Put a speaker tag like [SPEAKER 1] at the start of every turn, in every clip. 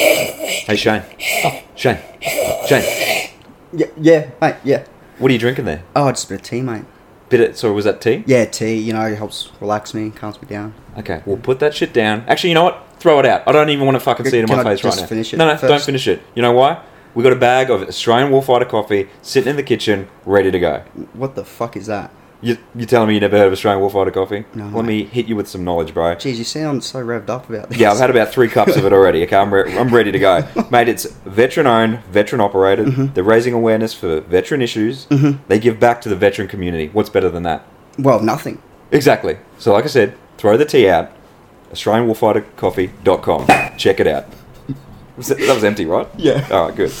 [SPEAKER 1] Hey, Shane. Shane. Shane.
[SPEAKER 2] Yeah, yeah, mate, yeah.
[SPEAKER 1] What are you drinking there?
[SPEAKER 2] Oh, just a bit of tea, mate.
[SPEAKER 1] Bit of, sorry, was that tea?
[SPEAKER 2] Yeah, tea, you know, helps relax me, calms me down.
[SPEAKER 1] Okay, well, put that shit down. Actually, you know what? Throw it out. I don't even want to fucking see it in
[SPEAKER 2] Can
[SPEAKER 1] my
[SPEAKER 2] I
[SPEAKER 1] face right
[SPEAKER 2] just
[SPEAKER 1] now.
[SPEAKER 2] finish it
[SPEAKER 1] no, no, do don't
[SPEAKER 2] first?
[SPEAKER 1] finish it. You know why? We got a bag of Australian Warfighter coffee sitting in the kitchen, ready to go.
[SPEAKER 2] What the fuck is that?
[SPEAKER 1] You, you telling me you never heard of Australian Warfighter coffee?
[SPEAKER 2] No,
[SPEAKER 1] Let me hit you with some knowledge, bro.
[SPEAKER 2] Jeez, you sound so revved up about this.
[SPEAKER 1] Yeah, I've had about three cups of it already. Okay, I'm, re- I'm ready to go. Mate, it's veteran owned, veteran operated.
[SPEAKER 2] Mm-hmm.
[SPEAKER 1] They're raising awareness for veteran issues. They give back to the veteran community. What's better than that?
[SPEAKER 2] Well, nothing.
[SPEAKER 1] Exactly. So, like I said, throw the tea out. AustralianWarfighterCoffee.com. Check it out. Was That that was empty, right?
[SPEAKER 2] Yeah.
[SPEAKER 1] All right, good.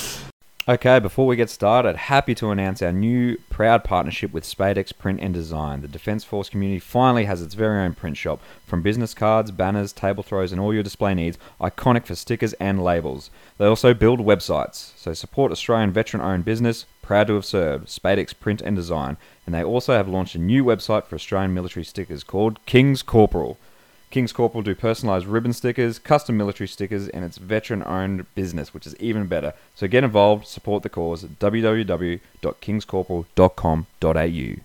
[SPEAKER 1] Okay, before we get started, happy to announce our new proud partnership with Spadex Print and Design. The Defence Force community finally has its very own print shop. From business cards, banners, table throws, and all your display needs, iconic for stickers and labels. They also build websites. So support Australian veteran owned business, proud to have served, Spadex Print and Design. And they also have launched a new website for Australian military stickers called King's Corporal. King's Corporal do personalized ribbon stickers, custom military stickers, and it's veteran owned business, which is even better. So get involved, support the cause at www.kingscorporal.com.au.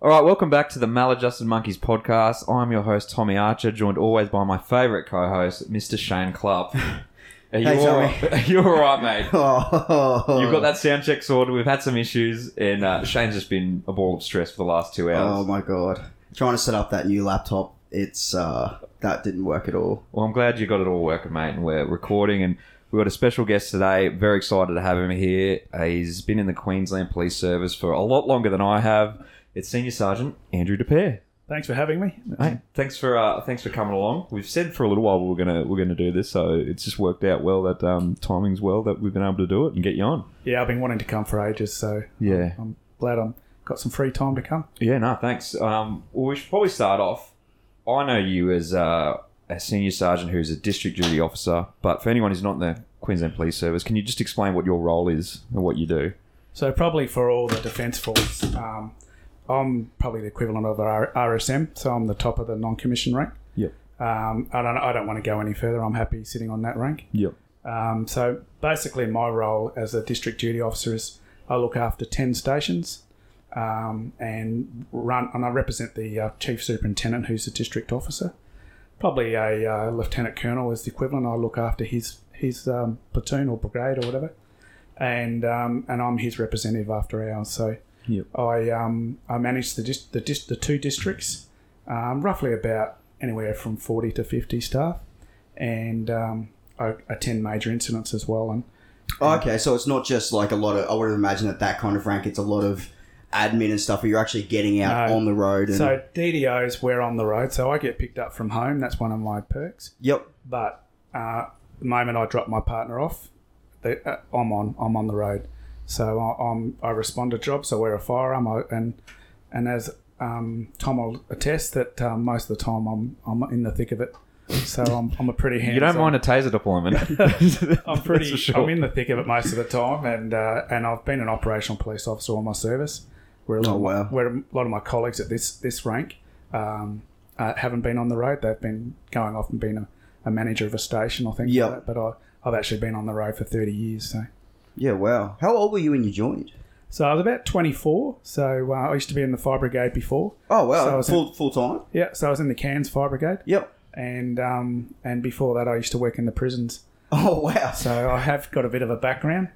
[SPEAKER 1] All right, welcome back to the Maladjusted Monkeys podcast. I'm your host, Tommy Archer, joined always by my favorite co host, Mr. Shane Club. Are you,
[SPEAKER 2] Hey,
[SPEAKER 1] all
[SPEAKER 2] Tommy.
[SPEAKER 1] right? Are you all right, mate?
[SPEAKER 2] Oh,
[SPEAKER 1] You've got that sound check sorted. We've had some issues, and uh, Shane's just been a ball of stress for the last two
[SPEAKER 2] Oh
[SPEAKER 1] hours.
[SPEAKER 2] my god. Trying to set up that new laptop, it's, uh, that didn't work at all.
[SPEAKER 1] Well, I'm glad you got it all working, mate. And we're recording, and we've got a special guest today. Very excited to have him here. Uh, he's been in the Queensland Police Service for a lot longer than I have. It's Senior Sergeant Andrew DePere.
[SPEAKER 3] Thanks for having me.
[SPEAKER 1] Mate, thanks for uh, thanks for coming along. We've said for a little while we were gonna we're gonna do this, so it's just worked out well that um, timing's well that we've been able to do it and get you on.
[SPEAKER 3] Yeah, I've been wanting to come for ages, so
[SPEAKER 1] Yeah,
[SPEAKER 3] I'm glad I'm got some free time to come.
[SPEAKER 1] Yeah, no, thanks. Um, well, we should probably start off. I know you as uh, a senior sergeant who's a district duty officer, but for anyone who's not in the Queensland Police Service, can you just explain what your role is and what you do?
[SPEAKER 3] So probably for all the defence force, um, I'm probably the equivalent of our RSM, so I'm the top of the non-commissioned rank.
[SPEAKER 1] Yep.
[SPEAKER 3] Um, I don't. I don't want to go any further. I'm happy sitting on that rank.
[SPEAKER 1] Yep.
[SPEAKER 3] Um, so basically, my role as a district duty officer is I look after ten stations, um, and run and I represent the uh, chief superintendent, who's a district officer. Probably a uh, lieutenant colonel is the equivalent. I look after his his um, platoon or brigade or whatever, and um, and I'm his representative after hours. So
[SPEAKER 1] Yep.
[SPEAKER 3] I um, I manage the dis- the, dis- the two districts, um, roughly about anywhere from forty to fifty staff and um, I attend major incidents as well. And
[SPEAKER 2] Oh, okay, so it's not just like a lot of, I would imagine at that kind of rank, it's a lot of admin and stuff, but you're actually getting out
[SPEAKER 3] No.
[SPEAKER 2] on the road and.
[SPEAKER 3] so DDOs, we're on the road, so I get picked up from home. That's one of my perks.
[SPEAKER 2] yep.
[SPEAKER 3] But uh, the moment I drop my partner off, the, uh, I'm on. I'm on the road. So I, I'm I respond to jobs. I wear a firearm. I, and and as um, Tom will attest that um, most of the time I'm I'm in the thick of it. So I'm, I'm a pretty hands.
[SPEAKER 1] You don't mind a taser deployment.
[SPEAKER 3] I'm pretty. I'm in the thick of it most of the time, and uh, and I've been an operational police officer all my service. Where a lot,
[SPEAKER 2] Oh, wow.
[SPEAKER 3] where a lot of my colleagues at this this rank um, uh, haven't been on the road. They've been going off and being a, a manager of a station, I think.
[SPEAKER 2] Yep.
[SPEAKER 3] like that. But I, I've actually been on the road for 30 years. So,
[SPEAKER 2] Yeah, wow. How old were you when you joined?
[SPEAKER 3] so I was about 24. So uh, I used to be in the fire brigade before.
[SPEAKER 2] Oh,
[SPEAKER 3] So I
[SPEAKER 2] wow.
[SPEAKER 3] was in-
[SPEAKER 2] full, full time?
[SPEAKER 3] Yeah. So I was in the Cairns fire brigade,
[SPEAKER 2] Yep.
[SPEAKER 3] and um, and before that I used to work in the prisons.
[SPEAKER 2] Oh, wow.
[SPEAKER 3] So I have got a bit of a background.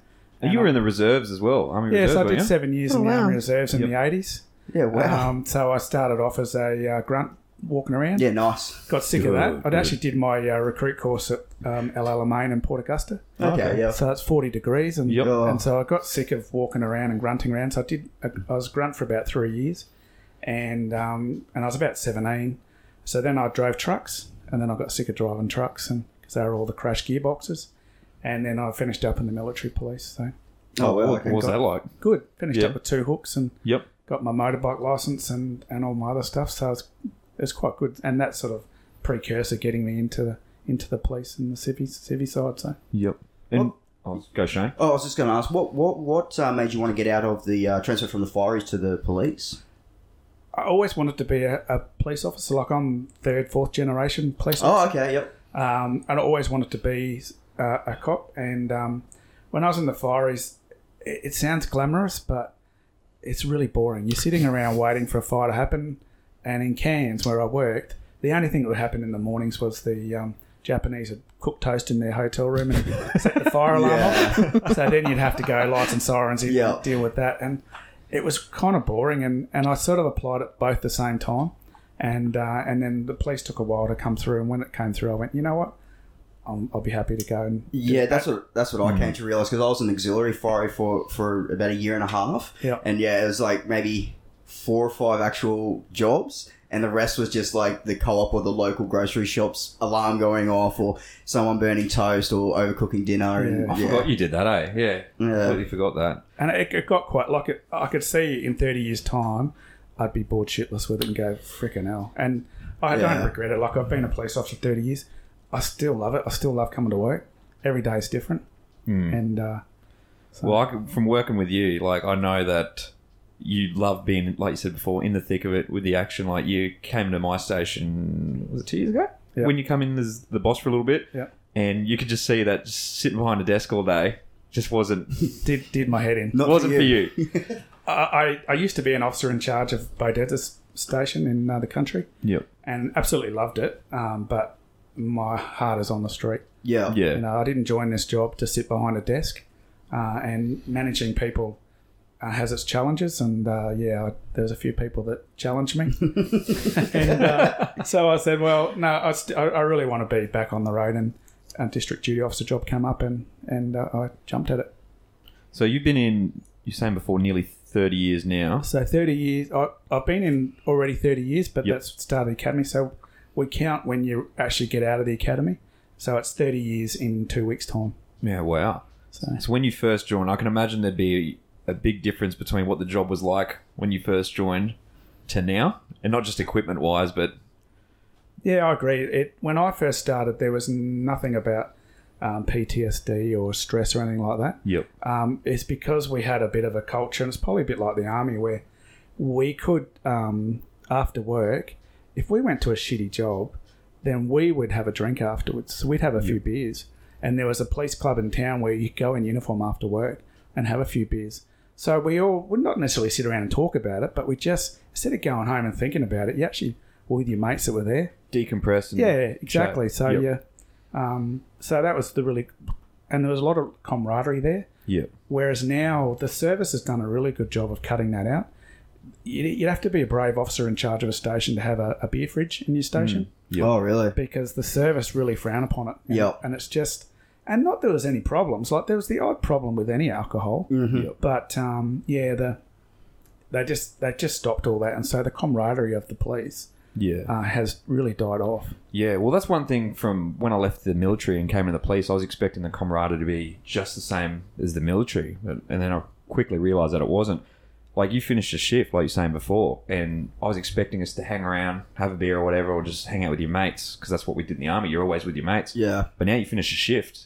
[SPEAKER 1] you were in the reserves as well. Army
[SPEAKER 3] Yes,
[SPEAKER 1] reserves,
[SPEAKER 3] I
[SPEAKER 1] were
[SPEAKER 3] did
[SPEAKER 1] you?
[SPEAKER 3] seven years in the Army Reserves in
[SPEAKER 1] Yep.
[SPEAKER 3] the 80s.
[SPEAKER 2] Yeah, Oh, wow.
[SPEAKER 3] Um, so I started off as a uh, grunt walking around.
[SPEAKER 2] yeah, nice.
[SPEAKER 3] Got sick of
[SPEAKER 1] Good,
[SPEAKER 3] that. I'd
[SPEAKER 1] good.
[SPEAKER 3] actually did my uh, recruit course at um, LL Main in Port Augusta.
[SPEAKER 2] Okay,
[SPEAKER 1] Okay.
[SPEAKER 2] yeah.
[SPEAKER 3] So it's 40 degrees. And,
[SPEAKER 1] Yep.
[SPEAKER 2] Oh.
[SPEAKER 3] and so I got sick of walking around and grunting around. So I did. I was grunt for about three years. And, um, and I was about 17. So then I drove trucks. And then I got sick of driving trucks and because they were all the crash gearboxes. And then I finished up in the military police. So
[SPEAKER 2] Oh, well,
[SPEAKER 1] What
[SPEAKER 2] okay.
[SPEAKER 1] was that like?
[SPEAKER 3] good. Finished
[SPEAKER 1] Yeah.
[SPEAKER 3] up with two hooks and
[SPEAKER 1] Yep.
[SPEAKER 3] got my motorbike license and, and all my other stuff. So it's it's quite good, and that's sort of precursor getting me into the into the police and the civvy civvy side. So
[SPEAKER 1] Yep. And I'll go, Shane.
[SPEAKER 2] Oh, I was just going to ask, what what what uh, made you want to get out of the uh, transfer from the Fires to the police?
[SPEAKER 3] I always wanted to be a, a police officer. Like I'm third, fourth generation police officer.
[SPEAKER 2] Oh, okay, yep.
[SPEAKER 3] um, and I always wanted to be uh, a cop. And um, when I was in the fireys, it, it sounds glamorous, but it's really boring. You're sitting around waiting for a fire to happen, and in Cairns, where I worked, the only thing that would happen in the mornings was the um, Japanese would cook toast in their hotel room and set the fire alarm off. So then you'd have to go lights and sirens and
[SPEAKER 2] Yeah.
[SPEAKER 3] deal with that. And it was kind of boring, and, and I sort of applied at both the same time. And uh, and then the police took a while to come through, and when it came through, I went, you know what, i I'll be happy to go. And
[SPEAKER 2] Yeah, Hmm. that's what that's what I came to realize because I was an auxiliary fiery for for about a year and a half.
[SPEAKER 3] Yeah.
[SPEAKER 2] and yeah, it was like maybe four or five actual jobs, and the rest was just like the co-op or the local grocery shops alarm going off, or someone burning toast, or overcooking dinner.
[SPEAKER 3] Yeah.
[SPEAKER 1] I
[SPEAKER 2] And, yeah.
[SPEAKER 1] forgot you did that, eh? Yeah.
[SPEAKER 2] Yeah.
[SPEAKER 1] Completely forgot that.
[SPEAKER 3] and it, it got quite like it. I could see in thirty years' time, I'd be bored shitless with it and go frickin' hell. And I
[SPEAKER 2] Yeah.
[SPEAKER 3] don't regret it. Like I've been a police officer thirty years. I still love it. I still love coming to work. Every day is different.
[SPEAKER 2] Hmm.
[SPEAKER 3] And uh,
[SPEAKER 1] Well, I, can- from working with you, like I know that you love being, like you said before, in the thick of it with the action. Like you came to my station, was it two years ago?
[SPEAKER 3] Yeah.
[SPEAKER 1] When you come in as the boss for a little bit,
[SPEAKER 3] Yeah.
[SPEAKER 1] and you could just see that just sitting behind a desk all day just wasn't
[SPEAKER 3] did did my head in.
[SPEAKER 2] Not
[SPEAKER 1] wasn't for you.
[SPEAKER 3] I, I I used to be an officer in charge of Bodetta station in uh, the country,
[SPEAKER 1] yep.
[SPEAKER 3] and absolutely loved it. Um, but my heart is on the street.
[SPEAKER 2] yeah,
[SPEAKER 1] Yeah.
[SPEAKER 3] You know, I didn't join this job to sit behind a desk, uh, and managing people uh, has its challenges. And uh, yeah, I, there was a few people that challenged me, and uh, so I said, "Well, no, I, st- I I really want to be back on the road." And a district duty officer job came up, and and uh, I jumped at it.
[SPEAKER 1] So you've been in, you were saying before, nearly thirty years now.
[SPEAKER 3] So 30 years, I, I've been in already 30 years, but
[SPEAKER 1] Yep.
[SPEAKER 3] that's the start of the academy. So we count when you actually get out of the academy. So it's 30 years in two weeks' time.
[SPEAKER 1] Yeah. Wow.
[SPEAKER 3] So
[SPEAKER 1] So when you first joined, I can imagine there'd be a big difference between what the job was like when you first joined to now, and not just equipment wise, but
[SPEAKER 3] yeah, I agree. It When I first started, there was nothing about um, PTSD or stress or anything like that.
[SPEAKER 1] yep.
[SPEAKER 3] um, it's because we had a bit of a culture, and it's probably a bit like the army, where we could, um, after work, if we went to a shitty job, then we would have a drink afterwards. So we'd have a few beers. And there was a police club in town where you go in uniform after work and have a few beers. So we all would not necessarily sit around and talk about it, but we just, instead of going home and thinking about it, you actually were with your mates that were there.
[SPEAKER 1] Decompress. And
[SPEAKER 3] Yeah, exactly. So,
[SPEAKER 1] Yep.
[SPEAKER 3] yeah. Um, so that was the really, and there was a lot of camaraderie there.
[SPEAKER 1] Yep.
[SPEAKER 3] Whereas now the service has done a really good job of cutting that out. You'd, you'd have to be a brave officer in charge of a station to have a, a beer fridge in your station
[SPEAKER 1] Yeah.
[SPEAKER 2] Oh, really?
[SPEAKER 3] because the service really frown upon it. And,
[SPEAKER 2] Yep.
[SPEAKER 3] and it's just, and not there was any problems. Like there was the odd problem with any alcohol,
[SPEAKER 2] Mm-hmm.
[SPEAKER 3] but um, yeah, the they just they just stopped all that, and so the camaraderie of the police
[SPEAKER 1] Yeah.
[SPEAKER 3] uh, has really died off.
[SPEAKER 1] Yeah, well, that's one thing from when I left the military and came into the police. I was expecting the camaraderie to be just the same as the military, but, and then I quickly realised that it wasn't. Like you finished a shift, like you were saying before, and I was expecting us to hang around, have a beer or whatever, or just hang out with your mates because that's what we did in the army. You're always with your mates.
[SPEAKER 2] Yeah,
[SPEAKER 1] But now you finish a shift,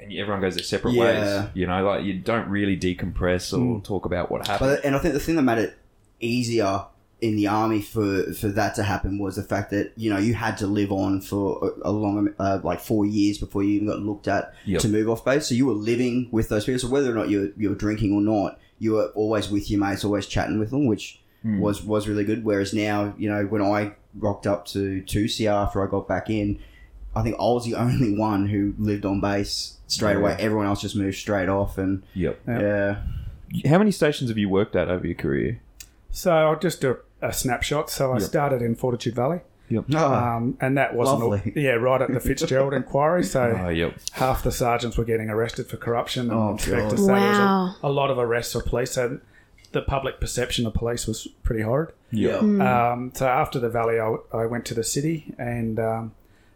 [SPEAKER 1] and everyone goes their separate
[SPEAKER 2] Yeah. Mm.
[SPEAKER 1] ways. You know, like you don't really decompress or talk about what happened.
[SPEAKER 2] But and I think the thing that made it easier in the army for for that to happen was the fact that you know you had to live on for a, a long uh, like four years before you even got looked at
[SPEAKER 1] Yep.
[SPEAKER 2] to move off base. So you were living with those people. So whether or not you you were drinking or not, you were always with your mates, always chatting with them, which was was really good. Whereas now, you know, when I rocked up to two CR after I got back in. I think I was the only one who lived on base straight away. Everyone else just moved straight off, and
[SPEAKER 1] yep.
[SPEAKER 3] Yep.
[SPEAKER 2] yeah,
[SPEAKER 1] How many stations have you worked at over your career?
[SPEAKER 3] So I'll just do a, a snapshot. So I
[SPEAKER 1] Yep.
[SPEAKER 3] started in Fortitude Valley.
[SPEAKER 2] Ah,
[SPEAKER 3] Um, and that wasn't all-
[SPEAKER 2] Lovely.
[SPEAKER 3] yeah right at the Fitzgerald inquiry. So
[SPEAKER 2] Uh,
[SPEAKER 1] Oh, yep.
[SPEAKER 3] half the sergeants were getting arrested for corruption. And
[SPEAKER 2] Oh,
[SPEAKER 3] inspectors.
[SPEAKER 2] God.
[SPEAKER 3] So there was a-
[SPEAKER 4] Wow.
[SPEAKER 3] a, lot of arrests for police. So the public perception of police was pretty horrid.
[SPEAKER 2] yeah.
[SPEAKER 1] Mm.
[SPEAKER 3] Um, so after the valley, I, I went to the city, and um,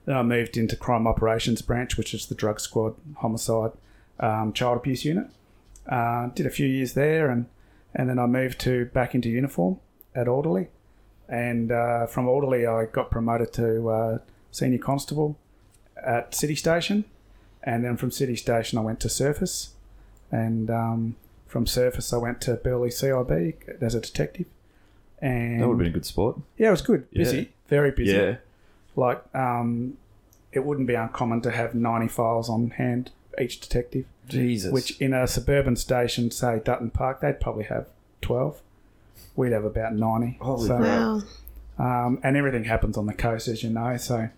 [SPEAKER 3] then I moved into crime operations branch, which is the drug squad, homicide, um, child abuse unit. Uh, did a few years there, and and then I moved to back into uniform at orderly, and uh, from orderly I got promoted to uh, senior constable at city station, and then from City Station I went to Surface, and um, from Surface I went to Burleigh CIB as a detective. And
[SPEAKER 1] That would have been a good sport.
[SPEAKER 3] yeah, it was good. Busy,
[SPEAKER 1] Yeah.
[SPEAKER 3] very busy.
[SPEAKER 1] Yeah.
[SPEAKER 3] Like um, it wouldn't be uncommon to have ninety files on hand each detective.
[SPEAKER 1] Jesus.
[SPEAKER 3] Which in a suburban station, say Dutton Park, they'd probably have twelve. We'd have about ninety.
[SPEAKER 2] Holy
[SPEAKER 3] So-
[SPEAKER 2] crap.
[SPEAKER 4] Wow.
[SPEAKER 3] um, and everything happens on the coast, as you know. So,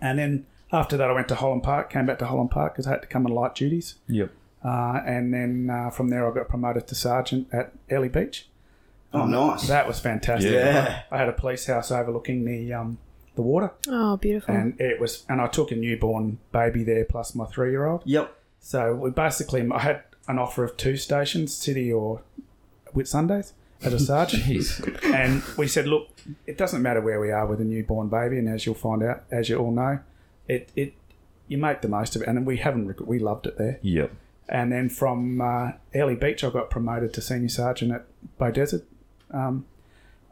[SPEAKER 3] and then after that, I went to Holland Park, came back to Holland Park because I had to come on light duties,
[SPEAKER 1] Yep.
[SPEAKER 3] uh, and then uh, from there, I got promoted to sergeant at Ellie Beach.
[SPEAKER 2] Oh, nice.
[SPEAKER 3] That was fantastic.
[SPEAKER 2] Yeah.
[SPEAKER 3] I had a police house overlooking the um, the water,
[SPEAKER 4] Oh, beautiful.
[SPEAKER 3] and it was, and I took a newborn baby there plus my three year old.
[SPEAKER 2] yep.
[SPEAKER 3] So we basically, I had an offer of two stations, city or with Sundays, as a sergeant.
[SPEAKER 1] Jeez.
[SPEAKER 3] and we said, look, it doesn't matter where we are with a newborn baby, and as you'll find out, as you all know, it it you make the most of it, and we haven't reg- we loved it there.
[SPEAKER 1] Yep.
[SPEAKER 3] And then from uh, Early Beach, I got promoted to senior sergeant at Bow Desert um,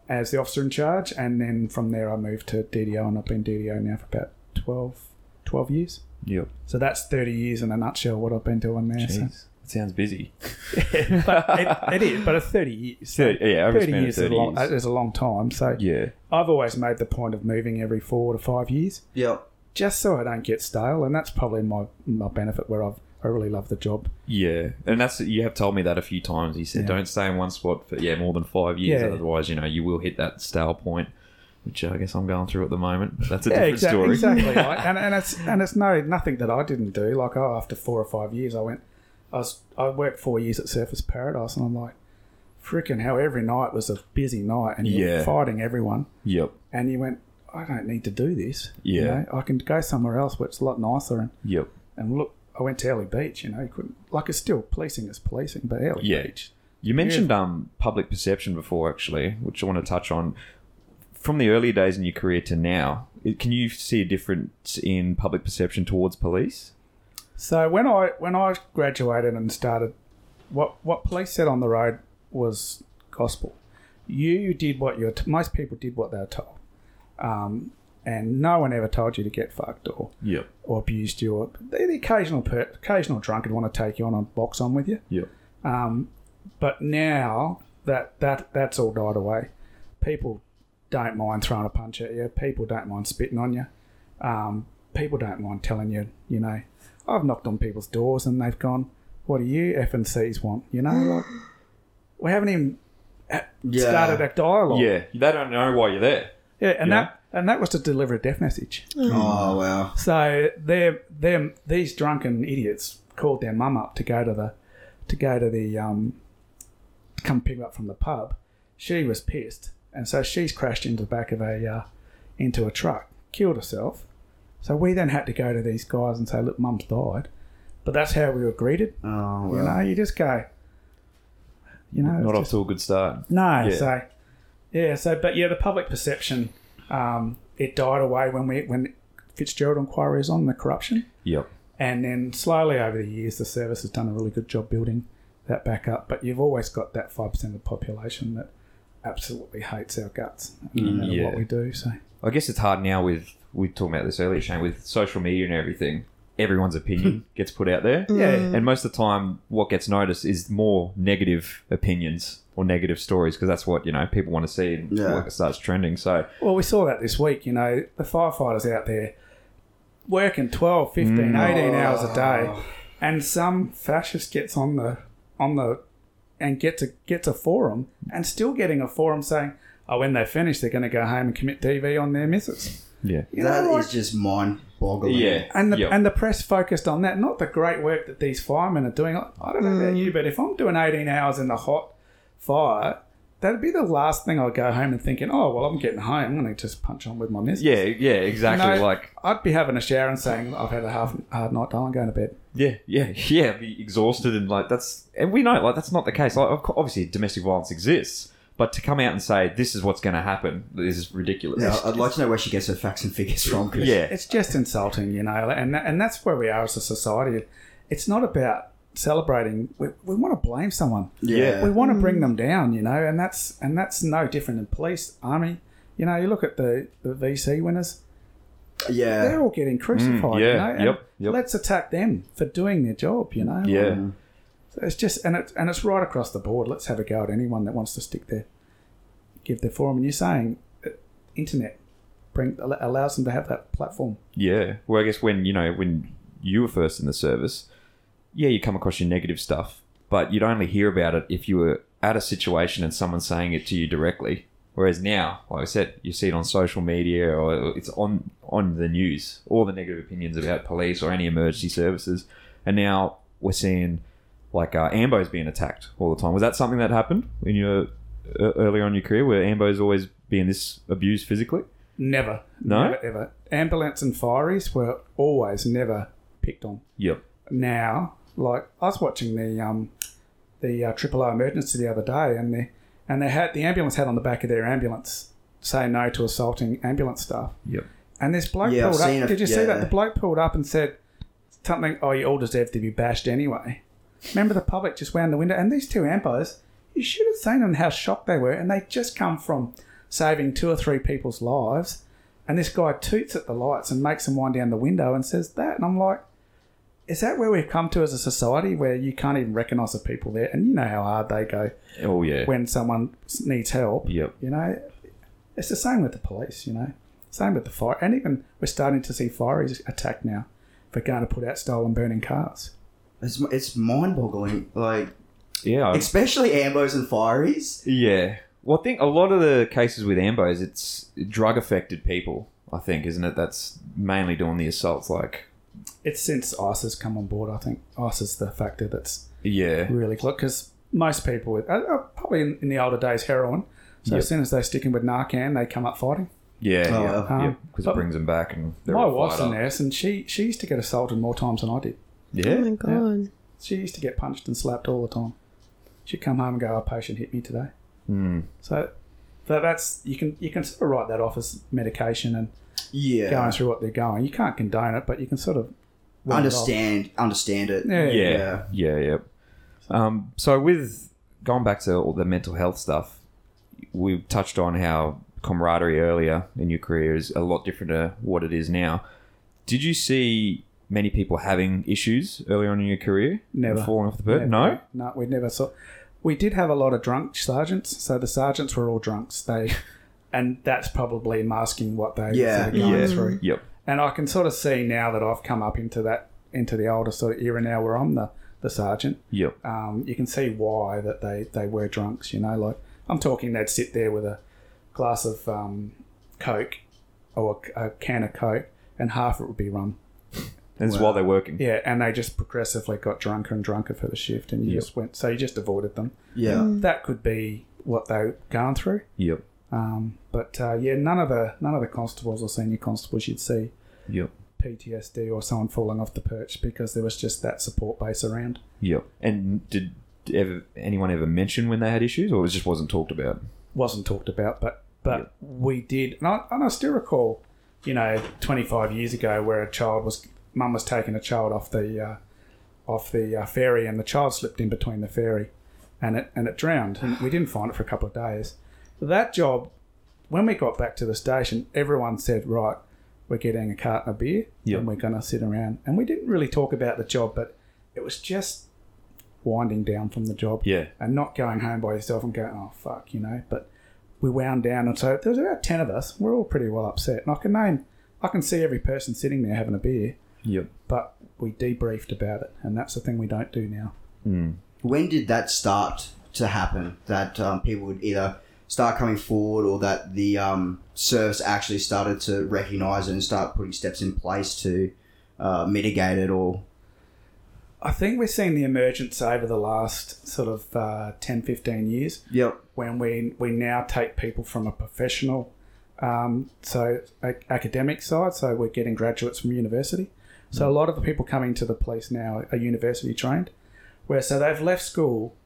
[SPEAKER 3] as the officer in charge, and then from there I moved to DDO, and I've been DDO now for about 12, 12 years.
[SPEAKER 1] Yep.
[SPEAKER 3] So that's thirty years in a nutshell what I've been doing there. So.
[SPEAKER 1] Jeez. It sounds busy.
[SPEAKER 3] It, it is, but a thirty years.
[SPEAKER 1] So, yeah, I
[SPEAKER 3] Thirty
[SPEAKER 1] spent
[SPEAKER 3] years, is, a
[SPEAKER 1] 30
[SPEAKER 3] long,
[SPEAKER 1] years.
[SPEAKER 3] is a long time. So
[SPEAKER 1] Yeah.
[SPEAKER 3] I've always made the point of moving every four to five years,
[SPEAKER 2] Yep.
[SPEAKER 3] just so I don't get stale, and that's probably my my benefit where I've I really love the job.
[SPEAKER 1] Yeah, and that's you have told me that a few times. You said
[SPEAKER 3] Yeah.
[SPEAKER 1] don't stay in one spot for yeah more than five years,
[SPEAKER 3] Yeah.
[SPEAKER 1] otherwise you know you will hit that stale point, which I guess I'm going through at the moment. But that's a different
[SPEAKER 3] exactly,
[SPEAKER 1] story.
[SPEAKER 3] exactly. right. And and it's and it's no nothing that I didn't do. Like oh, after four or five years, I went. I was I worked four years at Surface Paradise, and I'm like, freaking hell! Every night was a busy night, and you're
[SPEAKER 1] Yeah.
[SPEAKER 3] fighting everyone,
[SPEAKER 1] Yep,
[SPEAKER 3] and you went. I don't need to do this. You
[SPEAKER 1] Yeah.
[SPEAKER 3] know, I can go somewhere else where it's a lot nicer. And,
[SPEAKER 1] yep,
[SPEAKER 3] and look, I went to Early Beach. You know, you couldn't like it's still policing is policing, but Early
[SPEAKER 1] yeah.
[SPEAKER 3] Beach.
[SPEAKER 1] You mentioned um public perception before actually, which I want to touch on. From the early days in your career to now, it- can you see a difference in public perception towards police?
[SPEAKER 3] So when I when I graduated and started, what what police said on the road was gospel. You did what you're. T- most people did what they were told, um, and no one ever told you to get fucked or,
[SPEAKER 1] Yep,
[SPEAKER 3] or abused you. Or the, the occasional per, occasional drunk would want to take you on and box on with you.
[SPEAKER 1] yep,
[SPEAKER 3] Um, but now that that that's all died away, people don't mind throwing a punch at you. People don't mind spitting on you. Um, people don't mind telling you, you know, I've knocked on people's doors and they've gone, "What do you F and C's want?" You know, like we haven't even
[SPEAKER 2] Yeah.
[SPEAKER 3] started that dialogue.
[SPEAKER 1] yeah. They don't know why you're there.
[SPEAKER 3] yeah and
[SPEAKER 1] Yeah.
[SPEAKER 3] that and that was to deliver a death message.
[SPEAKER 2] Oh, wow.
[SPEAKER 3] So they're, they're, these drunken idiots called their mum up to go to the to go to the um, come pick 'em up from the pub. She was pissed, and so she's crashed into the back of a uh, into a truck, killed herself. So we then had to go to these guys and say, "Look, mum's died," but that's how we were greeted.
[SPEAKER 2] Oh,
[SPEAKER 3] You
[SPEAKER 2] wow.
[SPEAKER 3] know, you just go, you know,
[SPEAKER 1] Not
[SPEAKER 3] it's
[SPEAKER 1] off to a good start.
[SPEAKER 3] no,
[SPEAKER 1] Yeah.
[SPEAKER 3] so yeah, so but yeah, the public perception um, it died away when we when Fitzgerald inquiry is on the corruption,
[SPEAKER 1] Yep,
[SPEAKER 3] and then slowly over the years, the service has done a really good job building that back up. But you've always got that five percent of the population that absolutely hates our guts, no matter
[SPEAKER 1] yeah.
[SPEAKER 3] what we do. So
[SPEAKER 1] I guess it's hard now with we were talking about this earlier, Shane, with social media and everything. Everyone's opinion gets put out there.
[SPEAKER 3] yeah,
[SPEAKER 1] And most of the time, what gets noticed is more negative opinions or negative stories because that's what you know people want to see and
[SPEAKER 2] Yeah.
[SPEAKER 1] what starts trending. So
[SPEAKER 3] Well, we saw that this week. You know, the firefighters out there working 12, 15,
[SPEAKER 2] Mm.
[SPEAKER 3] 18 hours a day, and some fascist gets on the on the and gets a gets a forum and still getting a forum saying, "Oh, when they finish, they're going to go home and commit DV on their missus."
[SPEAKER 1] yeah,
[SPEAKER 3] You
[SPEAKER 2] That
[SPEAKER 3] know, like-
[SPEAKER 2] is just mind boggling.
[SPEAKER 3] and the
[SPEAKER 1] Yep.
[SPEAKER 3] and the press focused on that, not the great work that these firemen are doing. I don't know about
[SPEAKER 1] Mm.
[SPEAKER 3] you, but if I'm doing 18 hours in the hot fire. That'd be the last thing I'd go home and thinking, oh, well, I'm getting home. I'm going to just punch on with my missus.
[SPEAKER 1] yeah, yeah, exactly.
[SPEAKER 3] No.
[SPEAKER 1] Like
[SPEAKER 3] I'd be having a shower and saying, I've had a half hard night, darling, going to bed.
[SPEAKER 1] yeah, yeah, yeah, be exhausted and like that's and we know like that's not the case. Like of co- obviously domestic violence exists, but to come out and say this is what's going to happen, this is ridiculous.
[SPEAKER 2] Now, I'd like to know where she gets her facts and figures from. 'cause-
[SPEAKER 1] yeah,
[SPEAKER 3] It's just insulting, you know, and, and that's where we are as a society. It's not about celebrating. We, we want to blame someone.
[SPEAKER 2] Yeah.
[SPEAKER 3] We want to bring them down, you know, and that's and that's no different in police, army. You know, you look at the, the VC winners,
[SPEAKER 2] Yeah.
[SPEAKER 3] they're all getting crucified.
[SPEAKER 1] Mm, yeah,
[SPEAKER 3] you know? and
[SPEAKER 1] yep, yep.
[SPEAKER 3] Let's attack them for doing their job. You know.
[SPEAKER 1] Yeah.
[SPEAKER 3] So it's just and it's and it's right across the board. Let's have a go at anyone that wants to stick their give their forum. And you're saying uh, internet bring al- allows them to have that platform.
[SPEAKER 1] Yeah. Well, I guess when you know when you were first in the service, yeah, you come across your negative stuff, but you'd only hear about it if you were at a situation and someone saying it to you directly. Whereas now, like I said, you see it on social media or it's on on the news, all the negative opinions about police or any emergency services, and now we're seeing like uh, Ambo's being attacked all the time. Was that something that happened in your uh, earlier on in your career where Ambo's always being this abused physically?
[SPEAKER 3] Never.
[SPEAKER 1] No?
[SPEAKER 3] Never, ever. Ambulance and fireys were always never picked on.
[SPEAKER 1] Yep.
[SPEAKER 3] Now, like I was watching the um the uh, Triple O emergency the other day, and they and they had the ambulance had on the back of their ambulance say no to assaulting ambulance staff.
[SPEAKER 1] Yep.
[SPEAKER 3] And this bloke
[SPEAKER 2] Yeah, I've
[SPEAKER 3] pulled up.
[SPEAKER 2] seen it,
[SPEAKER 3] Did you see that?
[SPEAKER 2] yeah.
[SPEAKER 3] The bloke pulled up and said something. Oh, you all deserve to be bashed anyway. Remember, the public just wound the window. And these two empires, you should have seen them how shocked they were. And they just come from saving two or three people's lives. And this guy toots at the lights and makes them wind down the window and says that. And I'm like, is that where we've come to as a society where you can't even recognise the people there? And you know how hard they go
[SPEAKER 1] Oh yeah.
[SPEAKER 3] when someone s- needs help.
[SPEAKER 1] Yep.
[SPEAKER 3] You know, it's the same with the police, you know, same with the fire. And even we're starting to see fireys attacked now for going to put out stolen burning cars.
[SPEAKER 2] It's, it's mind boggling. Like,
[SPEAKER 1] Yeah. I-
[SPEAKER 2] especially Ambos and Fireys.
[SPEAKER 1] Yeah. Well, I think a lot of the cases with Ambos, it's drug affected people, I think, isn't it? That's mainly doing the assaults. Like,
[SPEAKER 3] It's since ICE has come on board, I think. ICE is the factor that's
[SPEAKER 1] yeah.
[SPEAKER 3] really close because most people, with, uh, uh, probably in, in the older days, heroin. So
[SPEAKER 1] Yep.
[SPEAKER 3] as soon as they stick in with Narcan, they come up fighting.
[SPEAKER 1] Yeah.
[SPEAKER 2] Oh,
[SPEAKER 1] yeah.
[SPEAKER 2] well.
[SPEAKER 1] Because
[SPEAKER 3] Um,
[SPEAKER 1] it
[SPEAKER 3] but
[SPEAKER 1] brings them back and they're
[SPEAKER 3] My
[SPEAKER 1] a
[SPEAKER 3] wife's a
[SPEAKER 1] fighter.
[SPEAKER 3] nurse and she, she used to get assaulted more times than I did.
[SPEAKER 1] Yeah.
[SPEAKER 4] Oh my god.
[SPEAKER 3] She used to get punched and slapped all the time. She'd come home and go, "Our patient hit me today."
[SPEAKER 2] Hmm.
[SPEAKER 1] Mm.
[SPEAKER 3] So, so that's you can you can sort of write that off as medication and
[SPEAKER 2] Yeah.
[SPEAKER 3] going through what they're going. You can't condone it, but you can sort of write it off.
[SPEAKER 2] understand, understand it.
[SPEAKER 3] Yeah, yeah.
[SPEAKER 1] yeah, yeah, yeah. Um, so with going back to all the mental health stuff, we touched on how camaraderie earlier in your career is a lot different to what it is now. Did you see many people having issues early on in your career?
[SPEAKER 3] Never.
[SPEAKER 1] falling off the bird?
[SPEAKER 3] Never-
[SPEAKER 1] No.
[SPEAKER 3] no, we never saw. We did have a lot of drunk sergeants, so the sergeants were all drunks. They, and that's probably masking what they
[SPEAKER 2] Yeah,
[SPEAKER 3] sort of going
[SPEAKER 1] yeah.
[SPEAKER 3] through.
[SPEAKER 1] Yep.
[SPEAKER 3] And I can sort of see now that I've come up into that into the older sort of era now where I'm the the sergeant.
[SPEAKER 1] Yep.
[SPEAKER 3] um, you can see why that they, they were drunks. You know, like I'm talking, they'd sit there with a glass of um, coke or a, a can of coke, and half it would be rum.
[SPEAKER 1] That's
[SPEAKER 2] Wow.
[SPEAKER 1] while they're working.
[SPEAKER 3] Yeah, and they just progressively got drunker and drunker for the shift, and you
[SPEAKER 1] Yep.
[SPEAKER 3] just went. So you just avoided them.
[SPEAKER 2] Yeah.
[SPEAKER 3] That could be what they've gone through.
[SPEAKER 1] Yep.
[SPEAKER 3] Um, but uh, yeah, none of the none of the constables or senior constables you'd see
[SPEAKER 1] Yep.
[SPEAKER 3] PTSD or someone falling off the perch because there was just that support base around.
[SPEAKER 1] Yep. And did ever anyone ever mention when they had issues, or it just wasn't talked about?
[SPEAKER 3] wasn't talked about, but but we did, and I, and I still recall, you know, 25 years ago, where a child was mum was taking a child off the uh, off the uh, ferry, and the child slipped in between the ferry, and it and it drowned, and we didn't find it for a couple of days. That job, when we got back to the station, everyone said, right, we're getting a carton of beer,
[SPEAKER 1] Yeah.
[SPEAKER 3] and we're going to sit around, and we didn't really talk about the job, but it was just winding down from the job
[SPEAKER 1] Yeah.
[SPEAKER 3] and not going home by yourself and going, oh fuck, you know. But we wound down, and so there was about ten of us. We're all pretty well upset, and I can name, I can see every person sitting there having a beer,
[SPEAKER 1] Yep.
[SPEAKER 3] but we debriefed about it, and that's the thing we don't do now.
[SPEAKER 1] Mm.
[SPEAKER 2] When did that start to happen? That um, people would either start coming forward, or that the um, service actually started to recognise it and start putting steps in place to uh, mitigate it, or
[SPEAKER 3] I think we've seen the emergence over the last sort of uh, 10, 15 years
[SPEAKER 2] yep,
[SPEAKER 3] when we we now take people from a professional, um, so a- academic side. So we're getting graduates from university. So a lot of the people coming to the police now are university trained, where so they've left school,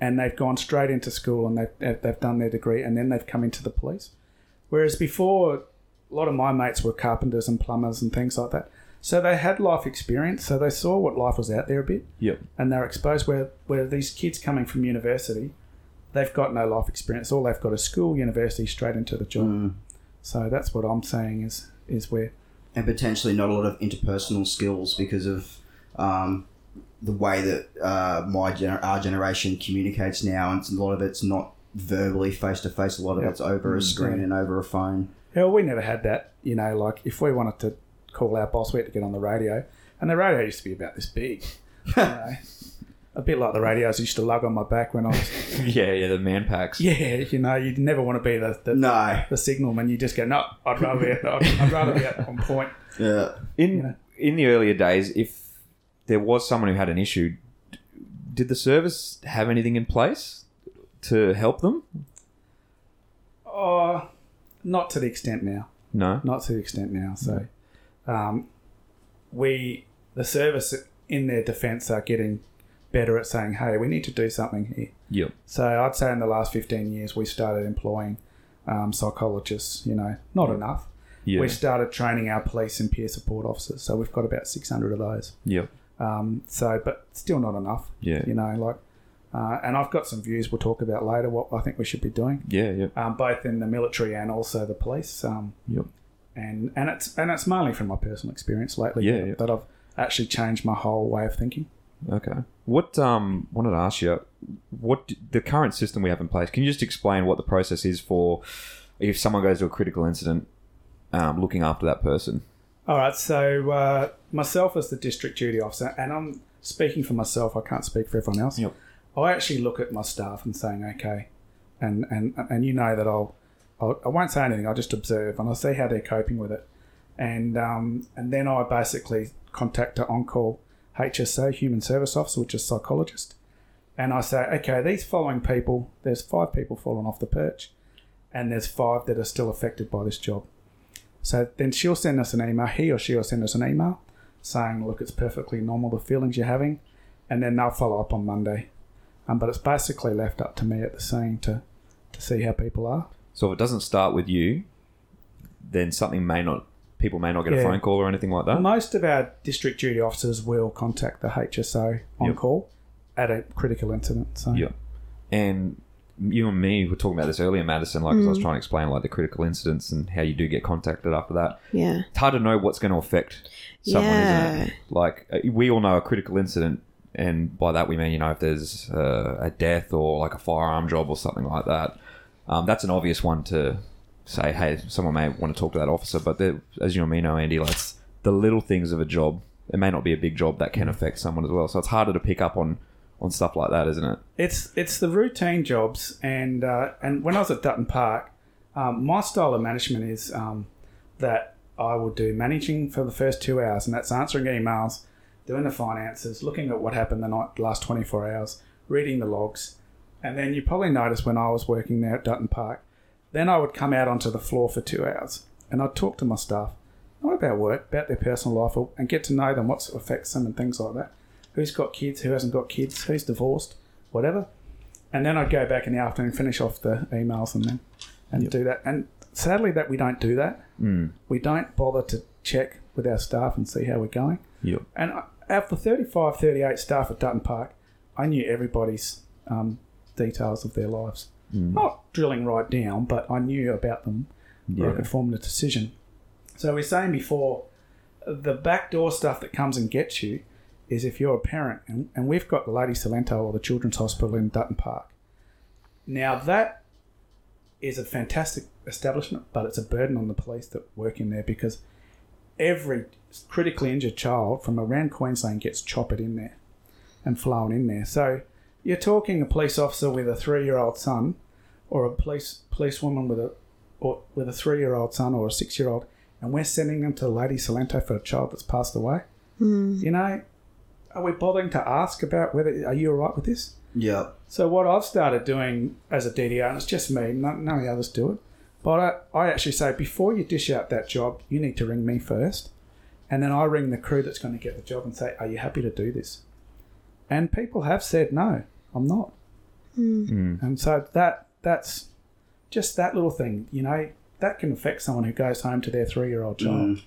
[SPEAKER 3] and they've gone straight into school and they've- they've they've done their degree and then they've come into the police. Whereas before, a lot of my mates were carpenters and plumbers and things like that. So they had life experience. So they saw what life was out there a bit
[SPEAKER 1] Yep.
[SPEAKER 3] and they're exposed where, where these kids coming from university they've got no life experience all they've got is school university straight into the job so that's what i'm saying is is where
[SPEAKER 2] and potentially not a lot of interpersonal skills because of um, the way that uh, my gener- our generation communicates now, and a lot of it's not verbally face to face. A lot of
[SPEAKER 3] Yeah.
[SPEAKER 2] it's over a screen and over a phone.
[SPEAKER 3] Hell, we never had that. You know, like if we wanted to call our boss, we had to get on the radio, and the radio used to be about this big. you know. A bit like the radios I used to lug on my back when I was.
[SPEAKER 1] yeah, yeah, the man packs.
[SPEAKER 3] Yeah, you know, you'd never want to be the the,
[SPEAKER 2] No,
[SPEAKER 3] the signalman. You just go, no, I'd rather be, at the, I'd, I'd rather be at, on point.
[SPEAKER 2] yeah,
[SPEAKER 1] In
[SPEAKER 3] Yeah.
[SPEAKER 1] in the earlier days, if there was someone who had an issue, d- did the service have anything in place to help them?
[SPEAKER 3] Oh, not to the extent now.
[SPEAKER 1] No.
[SPEAKER 3] Not to the extent now. So,
[SPEAKER 1] Mm-hmm.
[SPEAKER 3] um, we the service in their defence are getting better at saying, hey, we need to do something here.
[SPEAKER 1] Yep.
[SPEAKER 3] So I'd say in the last 15 years, we started employing um, psychologists, you know, not enough.
[SPEAKER 1] Yeah.
[SPEAKER 3] We started training our police and peer support officers. So we've got about 600 of those.
[SPEAKER 1] Yep.
[SPEAKER 3] Um, so, but still not enough,
[SPEAKER 1] Yeah.
[SPEAKER 3] you know, like, uh, and I've got some views we'll talk about later what I think we should be doing,
[SPEAKER 1] Yeah. Yep.
[SPEAKER 3] um, both in the military and also the police. Um,
[SPEAKER 1] Yep.
[SPEAKER 3] And, and it's and it's mainly from my personal experience lately
[SPEAKER 1] Yeah, yeah.
[SPEAKER 3] that I've actually changed my whole way of thinking.
[SPEAKER 1] Okay. What um wanted to ask you, what d- the current system we have in place? Can you just explain what the process is for if someone goes to a critical incident, um, looking after that person?
[SPEAKER 3] All right, so uh, myself as the district duty officer, and I'm speaking for myself. I can't speak for everyone else.
[SPEAKER 1] Yep.
[SPEAKER 3] I actually look at my staff and saying, okay, and and and you know that I'll, I'll I won't say anything. I'll just observe and I'll see how they're coping with it, and um, and then I basically contact an on-call HSO, human service officer, which is psychologist, and I say, okay, these following people, there's five people fallen off the perch, and there's five that are still affected by this job. So then she'll send us an email, he or she will send us an email saying, look, it's perfectly normal, the feelings you're having. And then they'll follow up on Monday. Um, but it's basically left up to me at the scene to, to see how people are.
[SPEAKER 1] So if it doesn't start with you, then something may not people may not get a
[SPEAKER 3] Yeah.
[SPEAKER 1] phone call or anything like that.
[SPEAKER 3] Most of our district duty officers will contact the HSO on
[SPEAKER 1] Yep.
[SPEAKER 3] call at a critical incident. So
[SPEAKER 1] Yeah. And you and me were talking about this earlier, Madison, like 'cause I was trying to explain like the critical incidents and how you do get contacted after that.
[SPEAKER 4] Yeah.
[SPEAKER 1] It's hard to know what's going to affect someone, isn't it? Like uh, we all know a critical incident, and by that we mean you know if there's uh, a death or like a firearm job or something like that. Um, that's an obvious one to say, hey, someone may want to talk to that officer. But there, as you and me know, Andy, like it's the little things of a job. It may not be a big job that can affect someone as well. So it's harder to pick up on on stuff like that, isn't it?
[SPEAKER 3] It's it's the routine jobs, and uh, and when I was at Dutton Park, um, my style of management is um, that I will do managing for the first two hours, and that's answering emails, doing the finances, looking at what happened the night last twenty four hours, reading the logs, and then you probably noticed when I was working there at Dutton Park, then I would come out onto the floor for two hours, and I'd talk to my staff, not about work, about their personal life, or- and get to know them, what affects them, and things like that. Who's got kids? Who hasn't got kids? Who's divorced? whatever. And then I'd go back in the afternoon, finish off the emails, and then and do that. And sadly, that we don't do that.
[SPEAKER 1] Mm.
[SPEAKER 3] We don't bother to check with our staff and see how we're going.
[SPEAKER 1] Yep.
[SPEAKER 3] And I- out of the 35, 38 staff at Dutton Park, I knew everybody's um, details of their lives.
[SPEAKER 1] Hmm.
[SPEAKER 3] Not drilling right down, but I knew about them where I
[SPEAKER 1] Yeah.
[SPEAKER 3] could form the decision. So we we're saying before, the backdoor stuff that comes and gets you is if you're a parent, and, and we've got the Lady Salento or the Children's Hospital in Dutton Park. Now that is a fantastic establishment, but it's a burden on the police that work in there because every critically injured child from around Queensland gets choppered in there and flown in there. So you're talking a police officer with a three-year-old son, or a police policewoman with a or with a three-year-old son or a six-year-old, and we're sending them to Lady Salento for a child that's passed away. You know, are we bothering to ask about whether are you all right with this?
[SPEAKER 2] yeah.
[SPEAKER 3] So what I've started doing as a DDO, and it's just me, none, none of the others do it, but I, I actually say before you dish out that job, you need to ring me first, and then I ring the crew that's going to get the job and say, "Are you happy to do this?" And people have said, "No, I'm not," and so that that's just that little thing, you know, that can affect someone who goes home to their three-year-old child.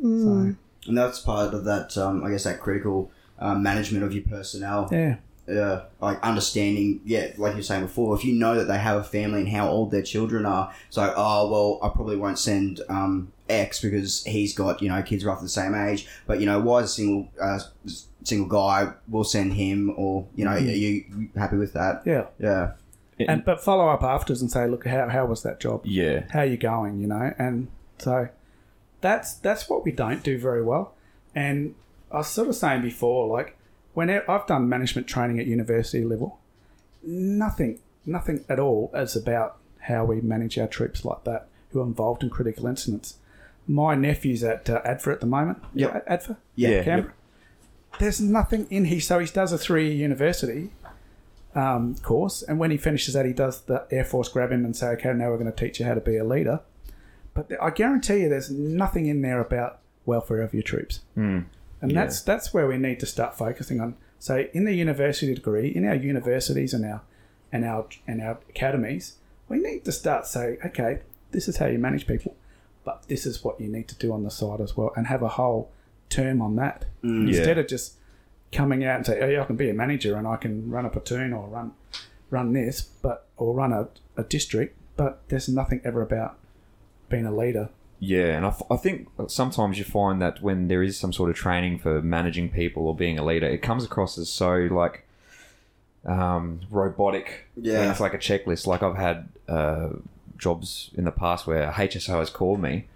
[SPEAKER 3] So
[SPEAKER 2] And that's part of that. Um, I guess that critical uh, um, management of your personnel.
[SPEAKER 3] yeah,
[SPEAKER 2] uh, like understanding, yeah, like you were saying before, if you know that they have a family and how old their children are, so oh well, I probably won't send um, X because he's got you know kids roughly the same age, but you know why is a single uh, s- single guy? We'll send him, or you know, are you you happy with that?
[SPEAKER 3] Yeah.
[SPEAKER 2] Yeah,
[SPEAKER 3] And but follow up afters and say, look, how how was that job?
[SPEAKER 1] yeah,
[SPEAKER 3] How you going? You know, and so that's that's what we don't do very well. And I was sort of saying before, like when I- I've done management training at university level, nothing nothing at all is about how we manage our troops like that who are involved in critical incidents. My nephew's at uh, ADFA at the moment.
[SPEAKER 2] Yep.
[SPEAKER 3] A- ADFA.
[SPEAKER 2] yeah,
[SPEAKER 1] Yeah.
[SPEAKER 3] Canberra. There's nothing in here. So he does a three year university um, course, and when he finishes that, he does the Air Force grab him and say, okay, now we're going to teach you how to be a leader. But th- I guarantee you, there's nothing in there about welfare of your troops. And that's that's where we need to start focusing on. So in the university degree, in our universities and our and our and our academies, we need to start saying, okay, this is how you manage people, but this is what you need to do on the side as well, and have a whole term on that instead of just coming out and say, oh yeah, I can be a manager and I can run a platoon or run run this, but or run a, a district, but there's nothing ever about being a leader.
[SPEAKER 1] yeah. And I, f- I think sometimes you find that when there is some sort of training for managing people or being a leader, it comes across as so like um, robotic.
[SPEAKER 2] Yeah.
[SPEAKER 1] And it's like a checklist. Like I've had uh, jobs in the past where HSO has called me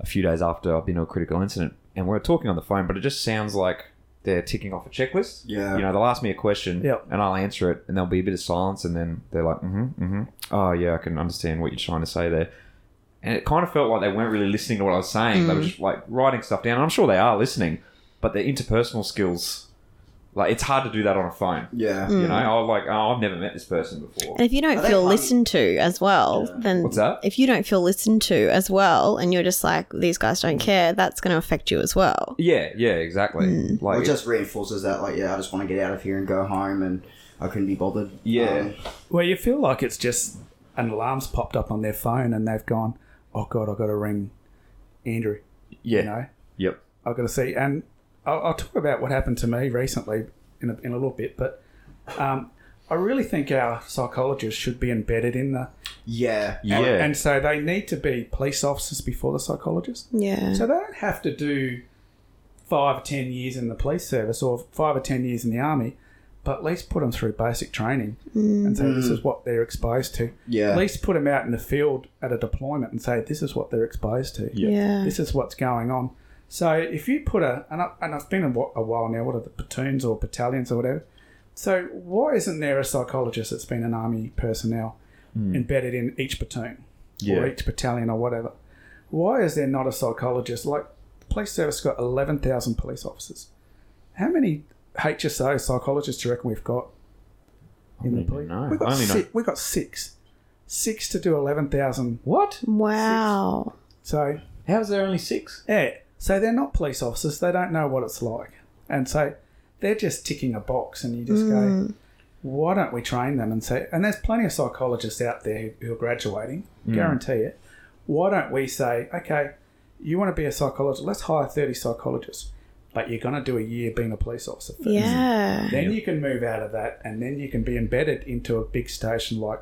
[SPEAKER 1] a few days after I've been to a critical incident, and we're talking on the phone, but it just sounds like they're ticking off a checklist.
[SPEAKER 2] Yeah.
[SPEAKER 1] You know, they'll ask me a question,
[SPEAKER 3] Yep.
[SPEAKER 1] and I'll answer it, and there'll be a bit of silence, and then they're like, mm-hmm, mm-hmm. Oh yeah, I can understand what you're trying to say there. And it kind of felt like they weren't really listening to what I was saying. They were just like writing stuff down. And I'm sure they are listening, but their interpersonal skills, like it's hard to do that on a phone.
[SPEAKER 2] yeah.
[SPEAKER 1] You know, I was like, oh, I've never met this person before.
[SPEAKER 4] And if you don't
[SPEAKER 2] Are they
[SPEAKER 4] feel
[SPEAKER 2] funny?
[SPEAKER 4] listened to as well, then
[SPEAKER 1] What's that?
[SPEAKER 4] if you don't feel listened to as well, and you're just like these guys don't care, that's going to affect you as well.
[SPEAKER 1] Yeah, yeah, exactly. Like,
[SPEAKER 2] Well, it just reinforces that, like, yeah, I just want to get out of here and go home, and I couldn't be bothered. Um,
[SPEAKER 1] Yeah.
[SPEAKER 3] Well, you feel like it's just an alarm's popped up on their phone and they've gone, oh God, I've got to ring Andrew.
[SPEAKER 1] yeah,
[SPEAKER 3] You know,
[SPEAKER 1] yep,
[SPEAKER 3] I've got to see. And I'll, I'll talk about what happened to me recently in a, in a little bit, but um, I really think our psychologists should be embedded in the.
[SPEAKER 2] yeah,
[SPEAKER 1] yeah,
[SPEAKER 3] And, and so they need to be police officers before the psychologist.
[SPEAKER 4] Yeah.
[SPEAKER 3] So they don't have to do five, ten years in the police service or five or ten years in the army, but at least put them through basic training and say
[SPEAKER 1] Mm.
[SPEAKER 3] this is what they're exposed to.
[SPEAKER 2] Yeah.
[SPEAKER 3] At least put them out in the field at a deployment and say this is what they're exposed to.
[SPEAKER 4] yeah.
[SPEAKER 3] This is what's going on. So if you put a and, I, and I've been a, wh- a while now. What are the platoons or battalions or whatever? So why isn't there a psychologist that's been an army personnel embedded in each platoon
[SPEAKER 1] Yeah.
[SPEAKER 3] or each battalion or whatever? Why is there not a psychologist? Like the police service got eleven thousand police officers. How many HSO psychologists do you reckon we've got in the
[SPEAKER 1] don't
[SPEAKER 3] police?
[SPEAKER 1] even know.
[SPEAKER 3] We've got
[SPEAKER 1] I only know-
[SPEAKER 3] six. We've got six. Six to do eleven thousand.
[SPEAKER 1] What?
[SPEAKER 4] Wow.
[SPEAKER 3] So
[SPEAKER 1] How's there only six?
[SPEAKER 3] yeah. So they're not police officers. They don't know what it's like. And so they're just ticking a box, and you just go, why don't we train them and say, and there's plenty of psychologists out there who- who are graduating,
[SPEAKER 1] Mm.
[SPEAKER 3] guarantee it. Why don't we say, okay, you want to be a psychologist, let's hire 30 psychologists, but you're going to do a year being a police officer first.
[SPEAKER 4] Yeah.
[SPEAKER 3] Then you can move out of that, and then you can be embedded into a big station like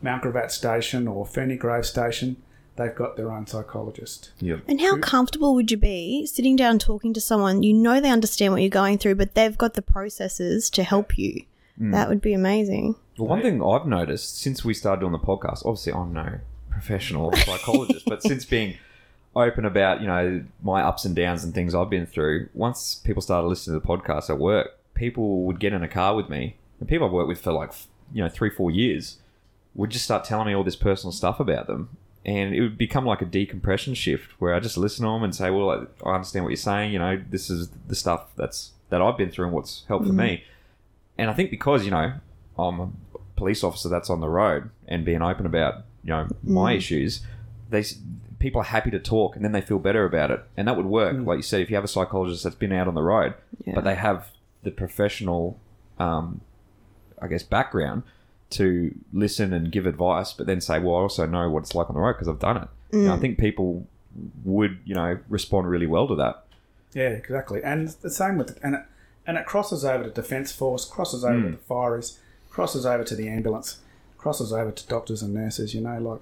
[SPEAKER 3] Mount Gravatt Station or Fernygrove Station. They've got their own psychologist.
[SPEAKER 1] Yep.
[SPEAKER 4] And how comfortable would you be sitting down talking to someone you know they understand what you're going through, but they've got the processes to help you?
[SPEAKER 1] Mm.
[SPEAKER 4] That would be amazing.
[SPEAKER 1] Well, one thing I've noticed since we started doing the podcast, obviously I'm no professional psychologist, but since being open about, you know, my ups and downs and things I've been through, once people started listening to the podcast at work, people would get in a car with me, and people I've worked with for like, you know, three, four years would just start telling me all this personal stuff about them. And it would become like a decompression shift where I just listen to them and say, well, I I understand what you're saying. You know, this is the stuff that's that I've been through and what's helped for me. And I think because, you know, I'm a police officer that's on the road and being open about, you know, my issues, they s- people are happy to talk and then they feel better about it. And that would work. Like you said, if you have a psychologist that's been out on the road, but they have the professional, um, I guess, background to listen and give advice, but then say, well, I also know what it's like on the road because I've done it. You know, I think people would, you know, respond really well to that.
[SPEAKER 3] Yeah, exactly. And it's the same with and and it crosses over to defence force, crosses over to the fireys, crosses over to the ambulance, crosses over to doctors and nurses. You know, like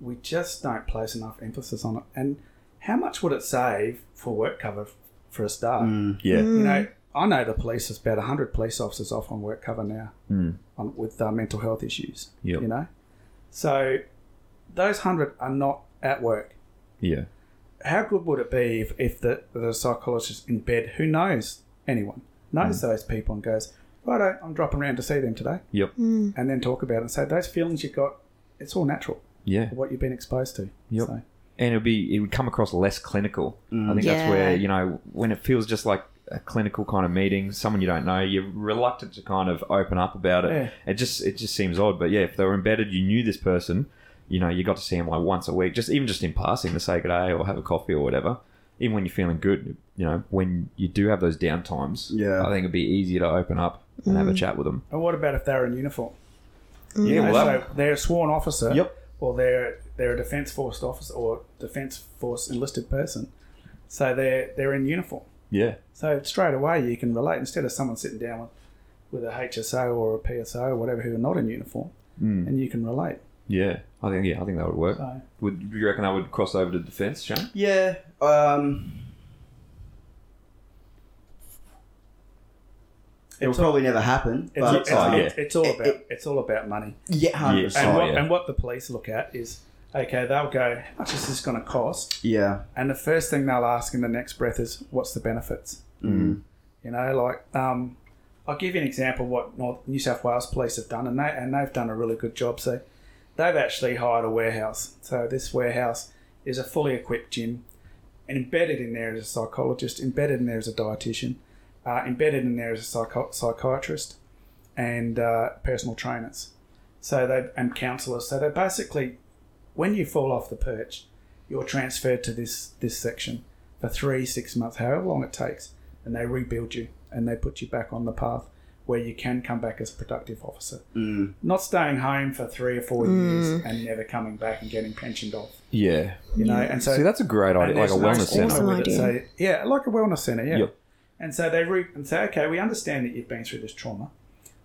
[SPEAKER 3] we just don't place enough emphasis on it. And how much would it save for work cover f- for a start?
[SPEAKER 1] Yeah.
[SPEAKER 3] You know, I know the police is about 100 police officers off on work cover now on, with uh, mental health issues.
[SPEAKER 1] Mm. Yep.
[SPEAKER 3] You know, so those 100 are not at work.
[SPEAKER 1] Yeah.
[SPEAKER 3] How good would it be if, if the, the psychologist in bed, who knows anyone, knows
[SPEAKER 1] Mm.
[SPEAKER 3] those people and goes, Righto, I'm dropping round to see them today.
[SPEAKER 1] Yep.
[SPEAKER 3] And then talk about it and say, Those feelings you've got, it's all natural,
[SPEAKER 1] Yeah.
[SPEAKER 3] what you've been exposed to.
[SPEAKER 1] Yep.
[SPEAKER 3] So,
[SPEAKER 1] and it'd be it would come across less clinical. I think
[SPEAKER 4] Yeah.
[SPEAKER 1] that's where you know when it feels just like a clinical kind of meeting, someone you don't know, you're reluctant to kind of open up about it.
[SPEAKER 3] Yeah.
[SPEAKER 1] It just it just seems odd, but yeah, if they were embedded, you knew this person, you know, you got to see them like once a week, just even just in passing to say good day or have a coffee or whatever. Even when you're feeling good, you know, when you do have those down times,
[SPEAKER 2] Yeah.
[SPEAKER 1] I think it'd be easier to open up and have a chat with them.
[SPEAKER 3] and what about if they're in uniform?
[SPEAKER 1] Mm. Yeah,
[SPEAKER 3] You know,
[SPEAKER 1] well,
[SPEAKER 3] so they're a sworn officer.
[SPEAKER 1] Yep.
[SPEAKER 3] Or they're they're a defence force officer or defence force enlisted person. So they're they're in uniform.
[SPEAKER 1] yeah,
[SPEAKER 3] So straight away you can relate instead of someone sitting down with with a HSO or a PSO or whatever who are not in uniform,
[SPEAKER 1] Mm.
[SPEAKER 3] and you can relate.
[SPEAKER 1] yeah, I think yeah, I think that would work.
[SPEAKER 3] So
[SPEAKER 1] Would you reckon that would cross over to defence, Shane?
[SPEAKER 2] Yeah. Um, it will
[SPEAKER 3] It's all-
[SPEAKER 2] probably never happen.
[SPEAKER 3] it's,
[SPEAKER 2] But,
[SPEAKER 3] it's,
[SPEAKER 2] uh,
[SPEAKER 1] yeah.
[SPEAKER 3] it's, it's all
[SPEAKER 2] It-
[SPEAKER 3] about
[SPEAKER 2] it-
[SPEAKER 3] it's all about money.
[SPEAKER 2] yeah, hundred
[SPEAKER 1] Oh,
[SPEAKER 3] And
[SPEAKER 2] percent.
[SPEAKER 3] what
[SPEAKER 1] yeah.
[SPEAKER 3] and what the police look at is okay, they'll go, how much is this going to cost?
[SPEAKER 2] Yeah.
[SPEAKER 3] And the first thing they'll ask in the next breath is, "What's the benefits?"
[SPEAKER 2] Mm.
[SPEAKER 3] You know, like um, I'll give you an example of what North, New South Wales Police have done, and they and they've done a really good job. So they've actually hired a warehouse. So this warehouse is a fully equipped gym, and embedded in there is a psychologist, embedded in there is a dietitian, uh, embedded in there is a psycho- psychiatrist, and uh, personal trainers. So they and counsellors. So they basically, when you fall off the perch, you're transferred to this this section for three, six months, however long it takes, and they rebuild you and they put you back on the path where you can come back as a productive officer.
[SPEAKER 2] Mm.
[SPEAKER 3] Not staying home for three or four
[SPEAKER 1] Mm.
[SPEAKER 3] years and never coming back and getting pensioned off.
[SPEAKER 1] Yeah,
[SPEAKER 3] You know, and so
[SPEAKER 1] See, that's a great idea,
[SPEAKER 3] and
[SPEAKER 1] like a
[SPEAKER 3] there's no
[SPEAKER 1] wellness
[SPEAKER 3] stigma
[SPEAKER 1] centre.
[SPEAKER 4] Awesome
[SPEAKER 3] with it.
[SPEAKER 4] idea.
[SPEAKER 3] So, yeah, like a wellness center. Yeah.
[SPEAKER 1] Yep.
[SPEAKER 3] And so they re- and say, okay, we understand that you've been through this trauma,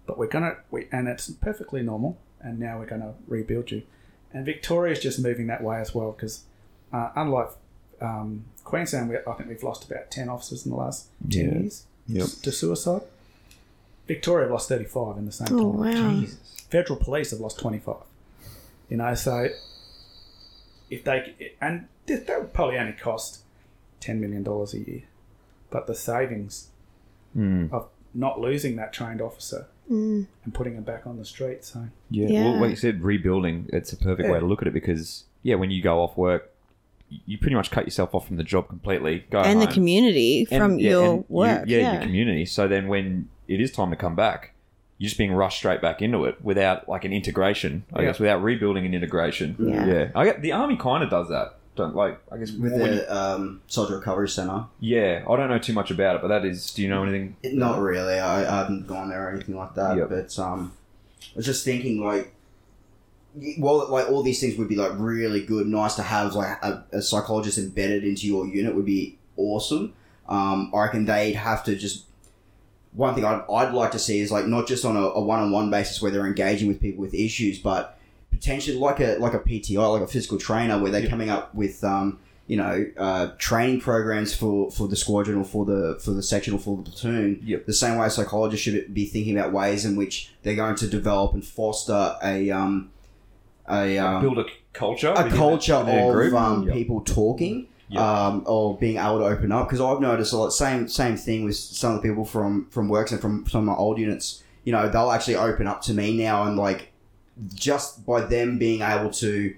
[SPEAKER 3] but we're gonna we, and it's perfectly normal. And now we're gonna rebuild you. And Victoria's just moving that way as well because, uh, unlike um, Queensland, we, I think we've lost about ten officers in the last ten
[SPEAKER 1] Yeah.
[SPEAKER 3] years
[SPEAKER 1] Yep.
[SPEAKER 3] to suicide. Victoria lost thirty-five in the same
[SPEAKER 4] Oh,
[SPEAKER 3] time.
[SPEAKER 4] wow.
[SPEAKER 3] Federal police have lost 25. You know, so if they and th- that would probably only cost 10 million dollars a year, but the savings
[SPEAKER 4] Mm,
[SPEAKER 3] of not losing that trained officer
[SPEAKER 1] Mm.
[SPEAKER 3] and putting him back on the street. So
[SPEAKER 1] Yeah.
[SPEAKER 4] Yeah.
[SPEAKER 1] Well, like you said, rebuilding, it's a perfect way to look at it because, yeah, when you go off work, you pretty much cut yourself off from the job completely. Go
[SPEAKER 4] and the
[SPEAKER 1] home.
[SPEAKER 4] community
[SPEAKER 1] And-
[SPEAKER 4] from
[SPEAKER 1] yeah,
[SPEAKER 4] your
[SPEAKER 1] and you-
[SPEAKER 4] work.
[SPEAKER 1] yeah,
[SPEAKER 4] yeah.
[SPEAKER 1] your community. So then when it is time to come back, you're just being rushed straight back into it without like an integration, I
[SPEAKER 3] Yeah.
[SPEAKER 1] guess, without rebuilding an integration.
[SPEAKER 4] Yeah.
[SPEAKER 1] I get, the army kind of does that. Don't like, I guess,
[SPEAKER 2] With
[SPEAKER 1] when-
[SPEAKER 2] the um, Soldier Recovery Centre.
[SPEAKER 1] yeah, I don't know too much about it, but that is, do you know anything?
[SPEAKER 2] It- Not really. I, I haven't gone there or anything like that.
[SPEAKER 1] Yep.
[SPEAKER 2] But um, I was just thinking like, y- while like all these things would be like really good, nice to have like a, a psychologist embedded into your unit would be awesome. Um, I reckon they'd have to just. One thing I'd, I'd like to see is like not just on a, a one-on-one basis where they're engaging with people with issues, but potentially like a like a PTI, like a physical trainer, where they're coming up with um, you know, uh, training programs for, for the squadron or for the for the section or for the platoon.
[SPEAKER 1] Yep.
[SPEAKER 2] The same way a psychologist should be thinking about ways in which they're going to develop and foster a um, a um,
[SPEAKER 1] Build a c- culture.
[SPEAKER 2] a
[SPEAKER 1] within the-
[SPEAKER 2] culture
[SPEAKER 1] within a
[SPEAKER 2] of
[SPEAKER 1] group.
[SPEAKER 2] um,
[SPEAKER 1] Yep.
[SPEAKER 2] people talking
[SPEAKER 1] Yep.
[SPEAKER 2] um, or being able to open up. Because I've noticed a lot same same thing with some of the people from from works and from some of my old units. You know, they'll actually open up to me now and like just by them being able to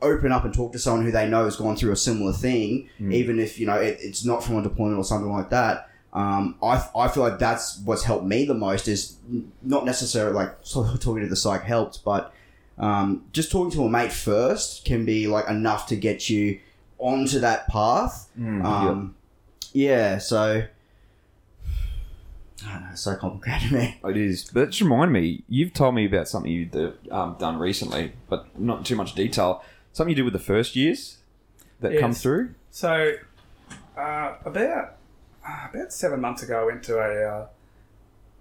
[SPEAKER 2] open up and talk to someone who they know has gone through a similar thing, even if you know it, it's not from a deployment or something like that. Um, I, I feel like that's what's helped me the most is n- not necessarily like sort of talking to the psych helped, but um, just talking to a mate first can be like enough to get you onto that path.
[SPEAKER 1] Mm, Ah,
[SPEAKER 2] um, Yeah, so I don't know, it's so complicated, man.
[SPEAKER 1] It is. But just remind me, you've told me about something you've um, done recently, but not in too much detail. Something you did with the first years that come
[SPEAKER 3] Yes.
[SPEAKER 1] through.
[SPEAKER 3] So, uh, about uh, about seven months ago, I went to a uh,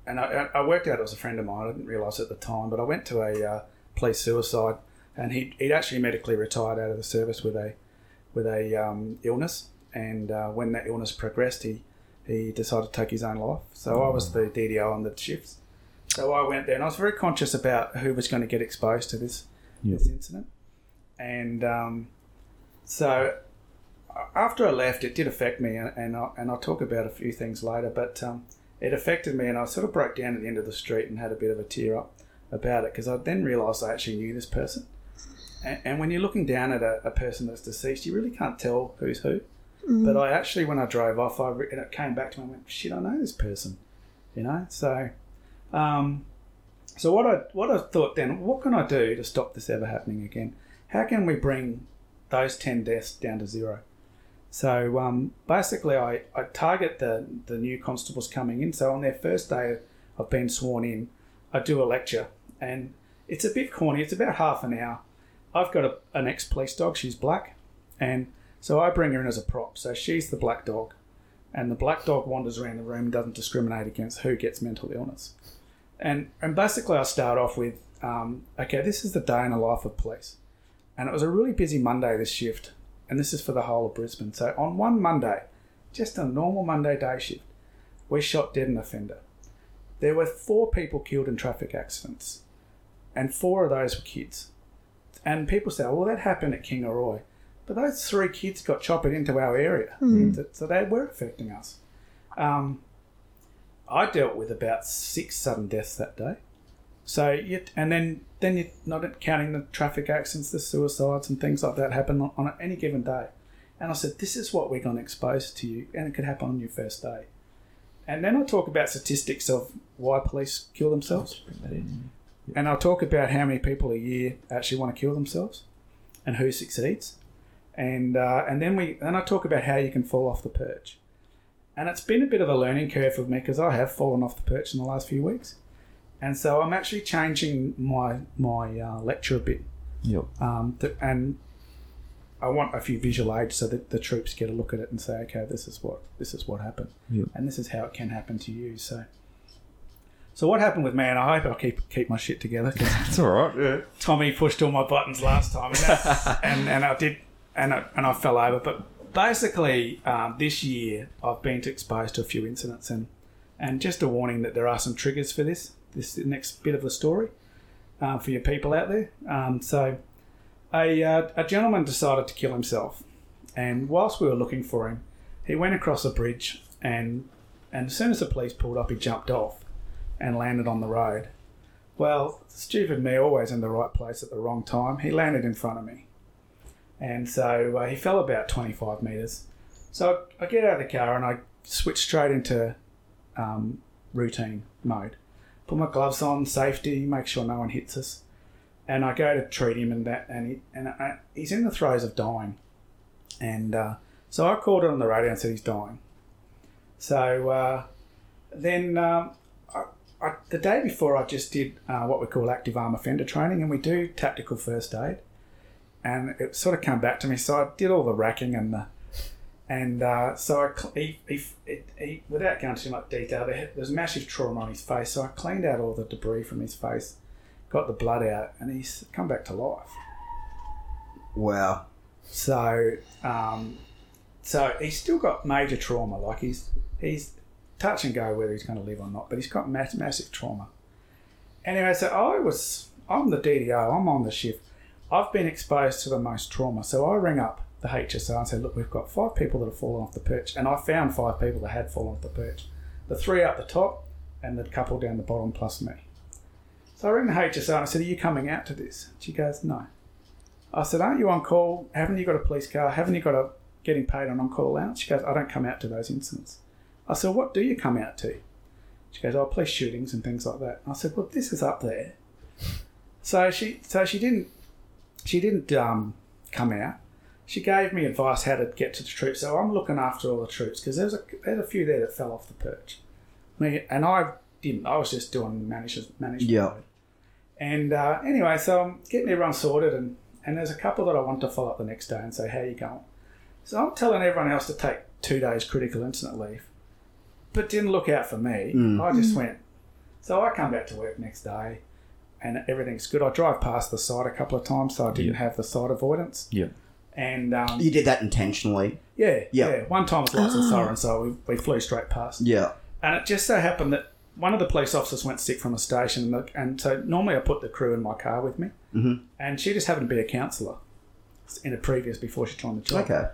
[SPEAKER 3] and I, I worked out it was a friend of mine. I didn't realise at the time, but I went to a uh, police suicide, and he he'd actually medically retired out of the service with a with a um, illness, and uh, when that illness progressed, he he decided to take his own life. So I was the DDO on the shifts. So I went there, and I was very conscious about who was going to get exposed to this this incident, and um, so after I left, it did affect me, and and I'll, and I'll talk about a few things later. But um, it affected me, and I sort of broke down at the end of the street and had a bit of a tear up about it because I then realised I actually knew this person. And, and when you're looking down at a, a person that's deceased, you really can't tell who's who. But I actually, when I drove off, I re- and it came back to me. I went, "Shit, I know this person," you know. So, um, so what I what I thought then, what can I do to stop this ever happening again? How can we bring those ten deaths down to zero? So um, basically, I, I target the, the new constables coming in. So on their first day of being sworn in, I do a lecture, and it's a bit corny. It's about half an hour. I've got a, an ex police dog. She's black, and so I bring her in as a prop. So she's the black dog, and the black dog wanders around the room, doesn't discriminate against who gets mental illness. And and basically, I start off with, um, okay, this is the day in the life of police, and it was a really busy Monday this shift, and this is for the whole of Brisbane. So on one Monday, just a normal Monday day shift, we shot dead an offender. There were four people killed in traffic accidents, and four of those were kids. And people say, well, that happened at Kingaroy. But those three kids got choppered into our area, Mm. Th- so they were affecting us. Um, I dealt with about six sudden deaths that day. So you, and then then you're not counting the traffic accidents, the suicides, and things like that happen on, on any given day. And I said, this is what we're going to expose to you, and it could happen on your first day. And then I talk about statistics of why police kill themselves, and I'll talk about how many people a year actually want to kill themselves, and who succeeds, and uh, and then we then I talk about how you can fall off the perch, and it's been a bit of a learning curve for me because I have fallen off the perch in the last few weeks and so I'm actually changing my my uh, lecture a bit.
[SPEAKER 1] Yep.
[SPEAKER 3] Um, th- and I want a few visual aids so that the troops get a look at it and say, okay, this is what this is what happened,
[SPEAKER 1] Yep.
[SPEAKER 3] and this is how it can happen to you. So, so what happened with me? And I hope I keep keep my shit together 'cause
[SPEAKER 1] That's all right. Yeah.
[SPEAKER 3] Tommy pushed all my buttons last time, and, that, and, and I did, and I, and I fell over. But basically, um, this year I've been exposed to a few incidents, and and just a warning that there are some triggers for this this next bit of the story uh, for your people out there. Um, so, a uh, a gentleman decided to kill himself, and whilst we were looking for him, he went across a bridge, and and as soon as the police pulled up, he jumped off and landed on the road. Well, stupid me, always in the right place at the wrong time. He landed in front of me. And so uh, he fell about 25 metres. So I I get out of the car and I switch straight into um, routine mode. Put my gloves on, safety, make sure no one hits us. And I go to treat him and that, and, he, and I, he's in the throes of dying. And uh, so I called it on the radio and said he's dying. So uh, then um, I, the day before, I just did uh, what we call active arm offender training, and we do tactical first aid. And it sort of came back to me, so I did all the racking and the, and uh, so I cl- he, he, it, he, without going into too much detail, there there was massive trauma on his face, so I cleaned out all the debris from his face, got the blood out, and he's come back to life.
[SPEAKER 2] Wow.
[SPEAKER 3] So, um, so he's still got major trauma. Like he's he's touch and go whether he's going to live or not, but he's got mass, massive trauma. Anyway, so I was I'm the DDO. I'm on the shift. I've been exposed to the most trauma, so I ring up the HSR and say, look, we've got five people that have fallen off the perch, and I found five people that had fallen off the perch. The three up the top and the couple down the bottom plus me. So I ring the HSR and I said, are you coming out to this? She goes, no. I said, Aren't you on call? Haven't you got a police car? Haven't you got a getting paid on on call allowance? She goes, I don't come out to those incidents. I said, What do you come out to? She goes, Oh, police shootings and things like that. I said, Well, this is up there. So she so she didn't she didn't um, come out. She gave me advice how to get to the troops. So I'm looking after all the troops because there's a there's a few there that fell off the perch. Me and I didn't. I was just doing managers management.
[SPEAKER 2] Yeah.
[SPEAKER 3] mode. And uh, anyway, so I'm getting everyone sorted, and, and there's a couple that I want to follow up the next day and say, How you going? So I'm telling everyone else to take two days critical incident leave, but didn't look out for me. I just went, So I come back to work next day, and everything's good. I drive past the site a couple of times, so I didn't have the site avoidance.
[SPEAKER 1] Yeah.
[SPEAKER 3] And um,
[SPEAKER 2] You did that intentionally.
[SPEAKER 3] yeah,
[SPEAKER 2] Yeah. Ah.
[SPEAKER 3] yeah, One time it was lights and sirens, so we, we flew straight past.
[SPEAKER 2] Yeah.
[SPEAKER 3] And it just so happened that one of the police officers went sick from a station, and, the, and so normally I put the crew in my car with me,
[SPEAKER 2] Mhm.
[SPEAKER 3] and she just happened to be a counsellor in a previous before she joined the job.
[SPEAKER 2] Okay.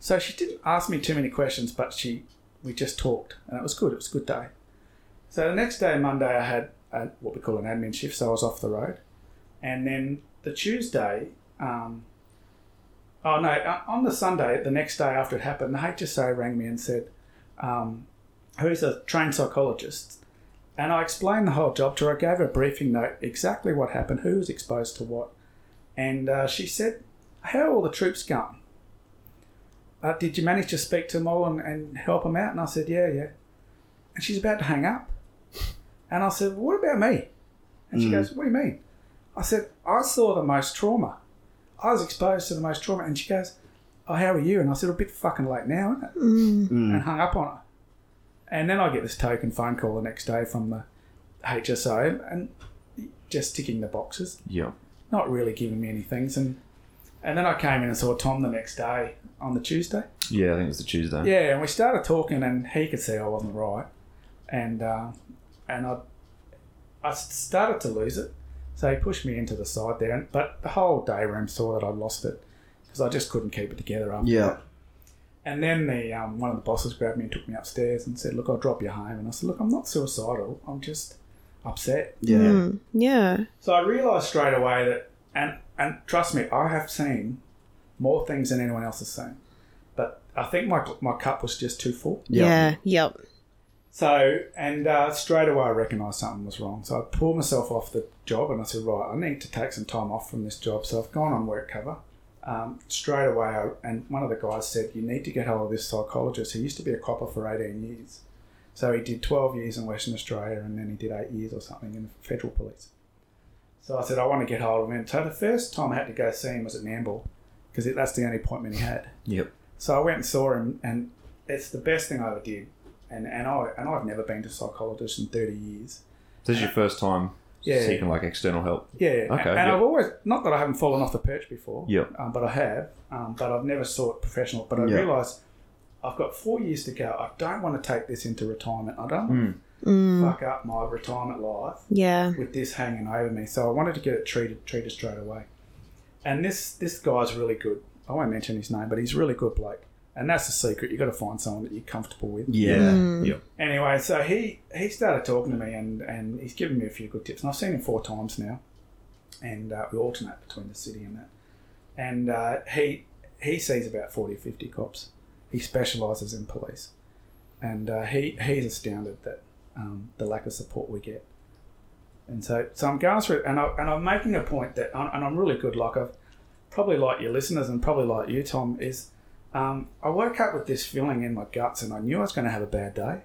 [SPEAKER 3] So she didn't ask me too many questions, but she we just talked, and it was good. It was a good day. So the next day, Monday, I had a, what we call an admin shift, so I was off the road, and then the Tuesday. Um, Oh no! uh, On the Sunday, the next day after it happened, the HSA rang me and said, um, "Who's a trained psychologist?" And I explained the whole job to her. I gave her a briefing note exactly what happened, who was exposed to what, and uh, she said, "How are all the troops going?" uh, did you manage to speak to them all and, and help them out? And I said, yeah, yeah. And she's about to hang up. And I said, well, what about me? And she goes, what do you mean? I said, I saw the most trauma. I was exposed to the most trauma. And she goes, oh, how are you? And I said, a bit fucking late now, isn't it? And hung up on her. And then I get this token phone call the next day from the HSO and just ticking the boxes
[SPEAKER 1] Yeah.
[SPEAKER 3] not really giving me any things. And and then I came in and saw Tom the next day on the Tuesday.
[SPEAKER 1] Yeah, I think it was the Tuesday.
[SPEAKER 3] Yeah, and we started talking, and he could see I wasn't right, and uh, and I I s- started to lose it. So he pushed me into the side there, and, but the whole day room saw that I lost it because I just couldn't keep it together. After.
[SPEAKER 2] Yeah.
[SPEAKER 3] And then the um, one of the bosses grabbed me and took me upstairs and said, "Look, I'll drop you home." And I said, "Look, I'm not suicidal. I'm just upset."
[SPEAKER 2] Yeah.
[SPEAKER 4] Mm, yeah.
[SPEAKER 3] So I realised straight away that, and and trust me, I have seen more things than anyone else has seen, but I think my my cup was just too full.
[SPEAKER 4] Yeah. Yep.
[SPEAKER 3] So and uh, straight away I recognised something was wrong. So I pulled myself off the job and I said, right, I need to take some time off from this job. So I've gone on work cover. Um, straight away, I, and one of the guys said, "You need to get hold of this psychologist. He used to be a copper for eighteen years, so he did twelve years in Western Australia, and then he did eight years or something in the federal police." So I said, I want to get hold of him. So the first time I had to go see him was at Namble because that's the only appointment he had.
[SPEAKER 1] Yep.
[SPEAKER 3] So I went and saw him, and it's the best thing I ever did. And and I and I've never been to a psychologist in thirty years.
[SPEAKER 1] This is your first time
[SPEAKER 3] Yeah.
[SPEAKER 1] seeking like external help.
[SPEAKER 3] Yeah, okay, and,
[SPEAKER 1] Okay,
[SPEAKER 3] and
[SPEAKER 1] yeah.
[SPEAKER 3] I've always not that I haven't fallen off the perch before.
[SPEAKER 1] Yeah.
[SPEAKER 3] um, but I have. Um, but I've never sought professional. But I
[SPEAKER 2] Yeah.
[SPEAKER 3] realise I've got four years to go. I don't want to take this into retirement. I don't want to
[SPEAKER 4] Mm,
[SPEAKER 3] fuck up my retirement life.
[SPEAKER 4] yeah.
[SPEAKER 3] with this hanging over me. So I wanted to get it treated treated straight away. And this this guy's really good. I won't mention his name, but he's a really good bloke. And that's the secret. You've got to find someone that you're comfortable with.
[SPEAKER 2] Yeah.
[SPEAKER 4] Mm.
[SPEAKER 1] Yep.
[SPEAKER 3] Anyway, so he he started talking to me and, and he's given me a few good tips. And I've seen him four times now. And uh, we alternate between the city and that. And uh, he he sees about 40, 50 cops. He specialises in police. And uh, he, he's astounded that um, the lack of support we get. And so, so I'm going through, and, I, and I'm making a point that, I'm, and I'm really good, like I've probably like your listeners and probably like you, Tom, is um, I woke up with this feeling in my guts and I knew I was going to have a bad day.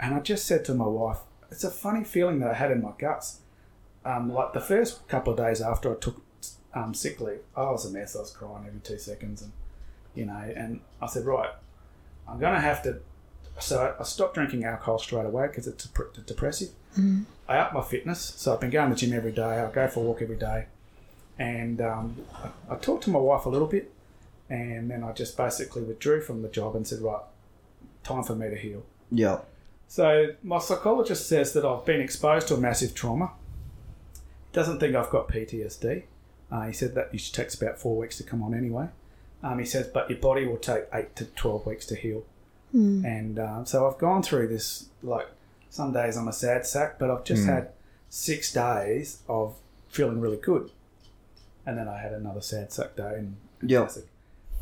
[SPEAKER 3] And I just said to my wife, it's a funny feeling that I had in my guts. Um, like the first couple of days after I took um, sick leave, I was a mess. I was crying every two seconds, and you know, and I said, right, I'm going to have to. So I- I stopped drinking alcohol straight away because it's dep- depressive. I upped my fitness, so I've been going to the gym every day. I go for a walk every day, and um, I, I talked to my wife a little bit, and then I just basically withdrew from the job and said, right, time for me to heal.
[SPEAKER 2] Yeah.
[SPEAKER 3] So my psychologist says that I've been exposed to a massive trauma. He doesn't think I've got PTSD. Uh, he said that usually takes about four weeks to come on anyway. Um, he says, but your body will take eight to twelve weeks to heal. And uh, so I've gone through this. Like some days I'm a sad sack, but I've just had six days of feeling really good, and then I had another sad sack day and
[SPEAKER 2] Yeah.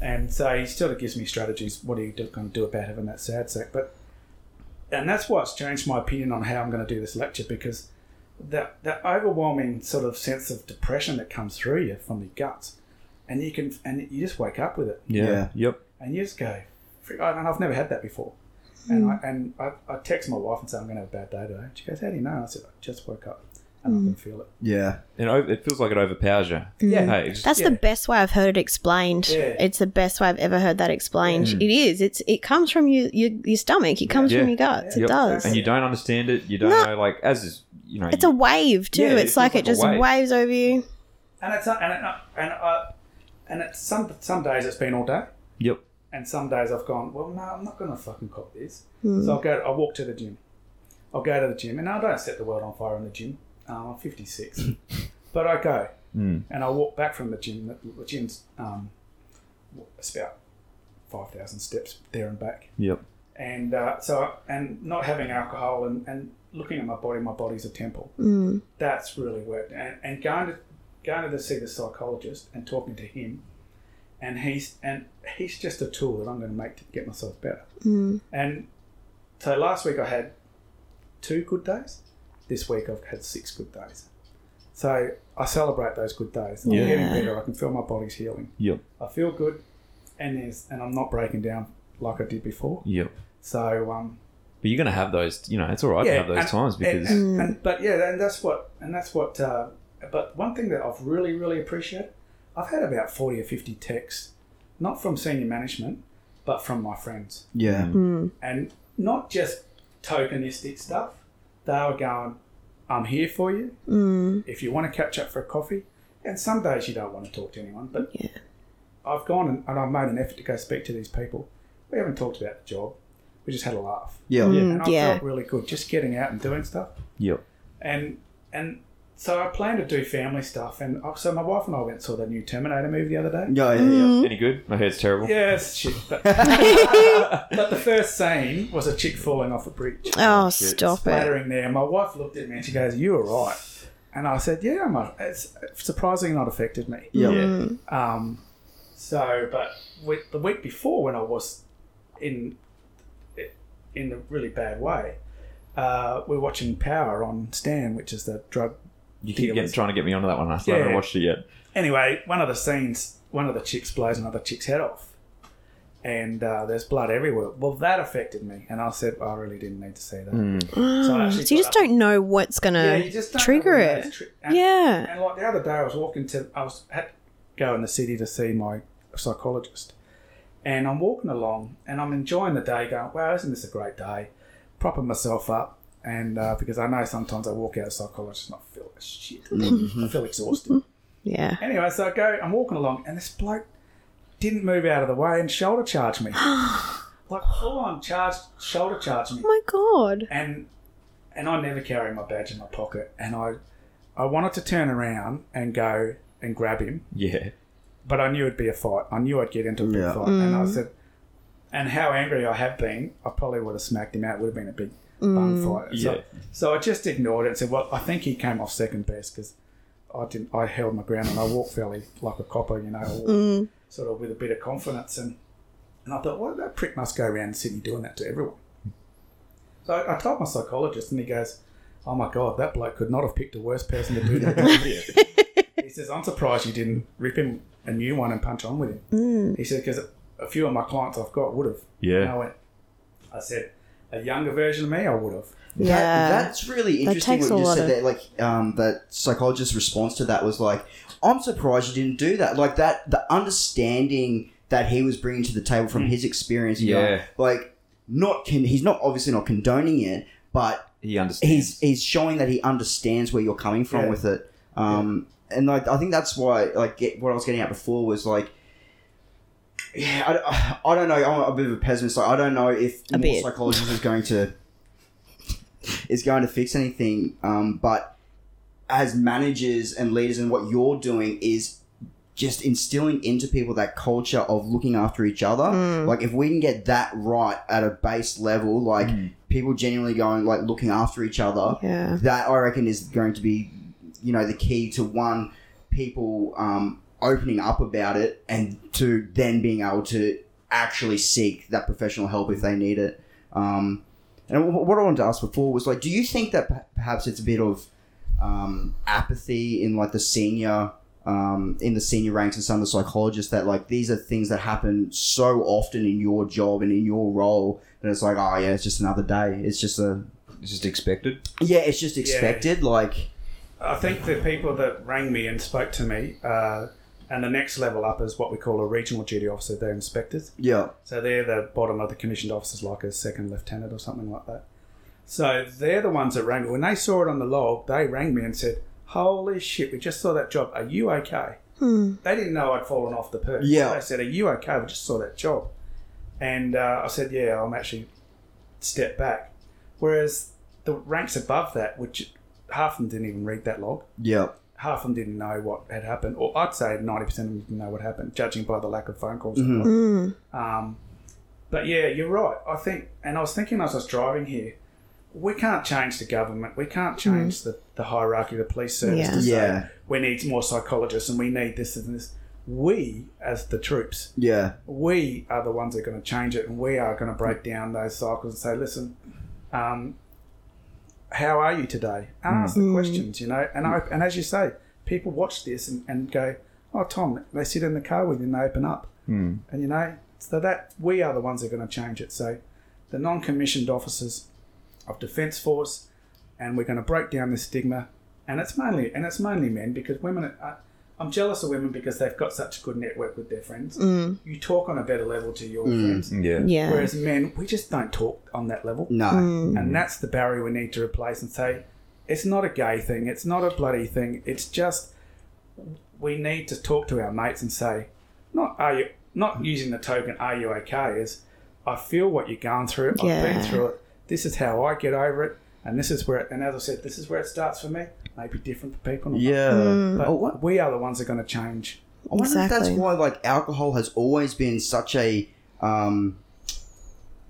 [SPEAKER 3] and so he sort of gives me strategies. What are you going to do about having that sad sack? But and that's what's changed my opinion on how I'm going to do this lecture because that that overwhelming sort of sense of depression that comes through you from your guts, and you can and you just wake up with it
[SPEAKER 1] Yeah.
[SPEAKER 2] Yeah.
[SPEAKER 1] Yep.
[SPEAKER 3] and you just go, "Frick," and I've never had that before. And I and I, I text my wife and say I'm going to have a bad day today. She goes, "How do you know?" I said, "I just woke up and I can feel it."
[SPEAKER 2] Yeah.
[SPEAKER 1] And it, it feels like it overpowers you.
[SPEAKER 3] Yeah.
[SPEAKER 1] Hey, it's,
[SPEAKER 4] That's
[SPEAKER 3] Yeah.
[SPEAKER 4] the best way I've heard it explained.
[SPEAKER 3] Yeah.
[SPEAKER 4] It's the best way I've ever heard that explained. It is. It's it comes from your your, your stomach. It comes
[SPEAKER 1] Yeah.
[SPEAKER 4] from your guts.
[SPEAKER 1] Yep.
[SPEAKER 4] It does.
[SPEAKER 3] Yeah.
[SPEAKER 1] and you don't understand it. You don't
[SPEAKER 4] No.
[SPEAKER 1] know, like as is, you know,
[SPEAKER 4] It's a wave too.
[SPEAKER 1] Yeah, it
[SPEAKER 4] it's like,
[SPEAKER 1] feels like a
[SPEAKER 4] it just
[SPEAKER 1] wave.
[SPEAKER 4] waves over you.
[SPEAKER 3] And it's and it, and I and it's some some days it's been all day,
[SPEAKER 1] yep.
[SPEAKER 3] and some days I've gone. Well, no, I'm not going to fucking cop this. So I'll go. I will walk to the gym. I'll go to the gym, and I don't set the world on fire in the gym. Um, I'm 56, but I go and I walk back from the gym. The, the gym's um, it's about five thousand steps there and back.
[SPEAKER 1] Yep.
[SPEAKER 3] and uh, so and not having alcohol and, and looking at my body, my body's a temple.
[SPEAKER 4] Mm.
[SPEAKER 3] That's really worked. And, and going to going to see the psychologist and talking to him, and he's and he's just a tool that I'm going to make to get myself better.
[SPEAKER 4] Mm.
[SPEAKER 3] And so last week I had two good days. This week I've had six good days. So I celebrate those good days. I'm
[SPEAKER 4] Yeah.
[SPEAKER 3] getting better. I can feel my body's healing.
[SPEAKER 1] Yep.
[SPEAKER 3] I feel good, and there's and I'm not breaking down like I did before.
[SPEAKER 1] Yep.
[SPEAKER 3] So um,
[SPEAKER 1] But you're going to have those, you know, it's all right to have those
[SPEAKER 3] and-
[SPEAKER 1] times
[SPEAKER 3] and-
[SPEAKER 1] because,
[SPEAKER 3] and- and- but yeah, and that's what, and that's what. Uh, but one thing that I've really, really appreciated, I've had about forty or fifty texts, not from senior management, but from my friends,
[SPEAKER 2] Yeah.
[SPEAKER 3] and not just tokenistic stuff. They were going, "I'm here for you.
[SPEAKER 4] Mm.
[SPEAKER 3] If you want to catch up for a coffee." And some days you don't want to talk to anyone, but
[SPEAKER 4] Yeah.
[SPEAKER 3] I've gone and, and I've made an effort to go speak to these people. We haven't talked about the job. We just had a laugh.
[SPEAKER 2] Yeah.
[SPEAKER 4] Mm.
[SPEAKER 3] And I
[SPEAKER 4] Yeah.
[SPEAKER 3] felt really good just getting out and doing stuff
[SPEAKER 1] yep.
[SPEAKER 3] and and so I plan to do family stuff. And oh, so my wife and I went and saw the new Terminator movie the other day.
[SPEAKER 2] Yeah, yeah, yeah.
[SPEAKER 4] Mm.
[SPEAKER 1] Any good? I heard it's terrible.
[SPEAKER 3] Yeah, it's shit. But, but the first scene was a chick falling off a bridge,
[SPEAKER 4] Oh, stop it.
[SPEAKER 3] splattering there. And my wife looked at me and she goes, "You were right." And I said, "Yeah, I'm. A, it's surprisingly not affected me."
[SPEAKER 2] Yeah.
[SPEAKER 3] Um, so, but with the week before when I was in in a really bad way, uh, we we're watching Power on Stan, which is the drug
[SPEAKER 1] You keep
[SPEAKER 3] Dealers.
[SPEAKER 1] getting, trying to get me onto that one. I still
[SPEAKER 3] Yeah.
[SPEAKER 1] haven't watched it yet.
[SPEAKER 3] anyway, one of the scenes, one of the chicks blows another chick's head off, and uh, there's blood everywhere. Well, that affected me, and I said "Oh, I really didn't need to see that.
[SPEAKER 1] Hmm.
[SPEAKER 3] I
[SPEAKER 4] Oh,
[SPEAKER 3] actually
[SPEAKER 4] so you
[SPEAKER 3] got
[SPEAKER 4] just
[SPEAKER 3] up.
[SPEAKER 4] don't know what's
[SPEAKER 3] Yeah,
[SPEAKER 4] gonna
[SPEAKER 3] you just don't
[SPEAKER 4] trigger
[SPEAKER 3] know when
[SPEAKER 4] it.
[SPEAKER 3] those tri- and,
[SPEAKER 4] Yeah.
[SPEAKER 3] And like the other day, I was walking to, I was had to go in the city to see my psychologist, and I'm walking along, and I'm enjoying the day, going, "Wow, isn't this a great day?" Propping myself up, and uh, because I know sometimes I walk out of psychologist and I feel like shit, I feel exhausted.
[SPEAKER 4] Yeah.
[SPEAKER 3] Anyway, so I go, I'm walking along, and this bloke didn't move out of the way and shoulder charged me. like full on charged, shoulder charged me.
[SPEAKER 4] Oh my god.
[SPEAKER 3] And and I never carry my badge in my pocket. And I I wanted to turn around and go and grab him,
[SPEAKER 1] Yeah.
[SPEAKER 3] but I knew it'd be a fight. I knew I'd get into a big
[SPEAKER 2] Yeah.
[SPEAKER 3] fight. And I said, and how angry I have been, I probably would have smacked him out. It would have been a big bum fight. So,
[SPEAKER 1] Yeah.
[SPEAKER 3] so I just ignored it and said, well, I think he came off second best because I didn't. I held my ground and I walked fairly like a copper, you know, I walked sort of with a bit of confidence. And and I thought, well, that prick must go around the city doing that to everyone. So I, I told my psychologist, and he goes, "Oh my god, that bloke could not have picked a worse person to do that." he says, "I'm surprised you didn't rip him a new one and punch on with him."
[SPEAKER 4] Mm.
[SPEAKER 3] He said, "Because a few of my clients I've got would have."
[SPEAKER 1] Yeah.
[SPEAKER 3] And I went. I said, "A younger version of me, I would have."
[SPEAKER 4] Yeah.
[SPEAKER 2] that's really interesting
[SPEAKER 4] takes
[SPEAKER 2] what
[SPEAKER 4] a
[SPEAKER 2] you
[SPEAKER 4] lot
[SPEAKER 2] just said there.
[SPEAKER 4] of-
[SPEAKER 2] Like um, that psychologist's response to that was like, "I'm surprised you didn't do that." Like that, the understanding that he was bringing to the table from his experience. you know,
[SPEAKER 1] Yeah.
[SPEAKER 2] like not can he's not obviously not condoning it, but
[SPEAKER 1] He understands.
[SPEAKER 2] he's he's showing that he understands where you're coming from
[SPEAKER 3] Yeah.
[SPEAKER 2] with it. Um, And like I think that's why like get, what I was getting at before was like. Yeah, I, I don't know. I'm a bit of a pessimist. Like, I don't know if
[SPEAKER 4] A
[SPEAKER 2] more
[SPEAKER 4] bit.
[SPEAKER 2] psychologist is going to is going to fix anything. Um, but as managers and leaders, and what you're doing is just instilling into people that culture of looking after each other. Like, if we can get that right at a base level, like people genuinely going like looking after each other,
[SPEAKER 4] Yeah.
[SPEAKER 2] that I reckon is going to be, you know, the key to one people um, opening up about it and to then being able to actually seek that professional help if they need it. Um, and wh- what I wanted to ask before was like, do you think that per- perhaps it's a bit of um, apathy in like the senior um, in the senior ranks and some of the psychologists that like these are things that happen so often in your job and in your role that it's like, oh yeah, it's just another day. It's just a
[SPEAKER 1] it's just expected.
[SPEAKER 2] yeah, it's just expected. Like,
[SPEAKER 3] I think the people that rang me and spoke to me, uh, and the next level up is what we call a regional duty officer. They're inspectors.
[SPEAKER 2] yeah,
[SPEAKER 3] So they're the bottom of the commissioned officers, like a second lieutenant or something like that. So they're the ones that rang me. When they saw it on the log, they rang me and said, Holy shit, we just saw that job. Are you okay? They didn't know I'd fallen off the perch.
[SPEAKER 2] Yeah.
[SPEAKER 3] They said, Are you okay? We just saw that job. And uh, I said, Yeah, I'm actually stepped back. Whereas the ranks above that, which half of them didn't even read that log,
[SPEAKER 2] Yeah.
[SPEAKER 3] half of them didn't know what had happened, or I'd say 90% of them didn't know what happened, judging by the lack of phone calls.
[SPEAKER 4] Mm.
[SPEAKER 3] Um, but yeah, you're right. I think, and I was thinking as I was driving here, we can't change the government. We can't change the, the hierarchy of the police service.
[SPEAKER 4] Yeah.
[SPEAKER 3] To say,
[SPEAKER 2] Yeah.
[SPEAKER 3] We need more psychologists and we need this and this. We, as the troops,
[SPEAKER 2] Yeah.
[SPEAKER 3] we are the ones that are going to change it and we are going to break down those cycles and say, listen, um, how are you today? And ask the questions, you know. And I, and as you say, people watch this and, and go, oh, Tom, they sit in the car with you and they open up. Mm. And, you know, so that we are the ones that are going to change it. So the non commissioned officers of Defence Force, and we're going to break down this stigma. And it's mainly and it's mainly men because women. Are, I- I'm jealous of women because they've got such a good network with their friends. You talk on a better level to your friends,
[SPEAKER 1] Yeah.
[SPEAKER 4] Yeah.
[SPEAKER 3] whereas men, we just don't talk on that level.
[SPEAKER 2] No.
[SPEAKER 3] And that's the barrier we need to replace and say, it's not a gay thing, it's not a bloody thing, it's just we need to talk to our mates and say, not are you not using the token are you okay is I feel what you're going through, I've
[SPEAKER 4] Yeah.
[SPEAKER 3] been through it, this is how I get over it, and this is where it, and as I said, this is where it starts for me. Maybe different for people. not.
[SPEAKER 2] Yeah.
[SPEAKER 3] But
[SPEAKER 2] Oh, what?
[SPEAKER 3] we are the ones that are gonna change.
[SPEAKER 2] I wonder if that's
[SPEAKER 4] Exactly.
[SPEAKER 2] why like alcohol has always been such a um,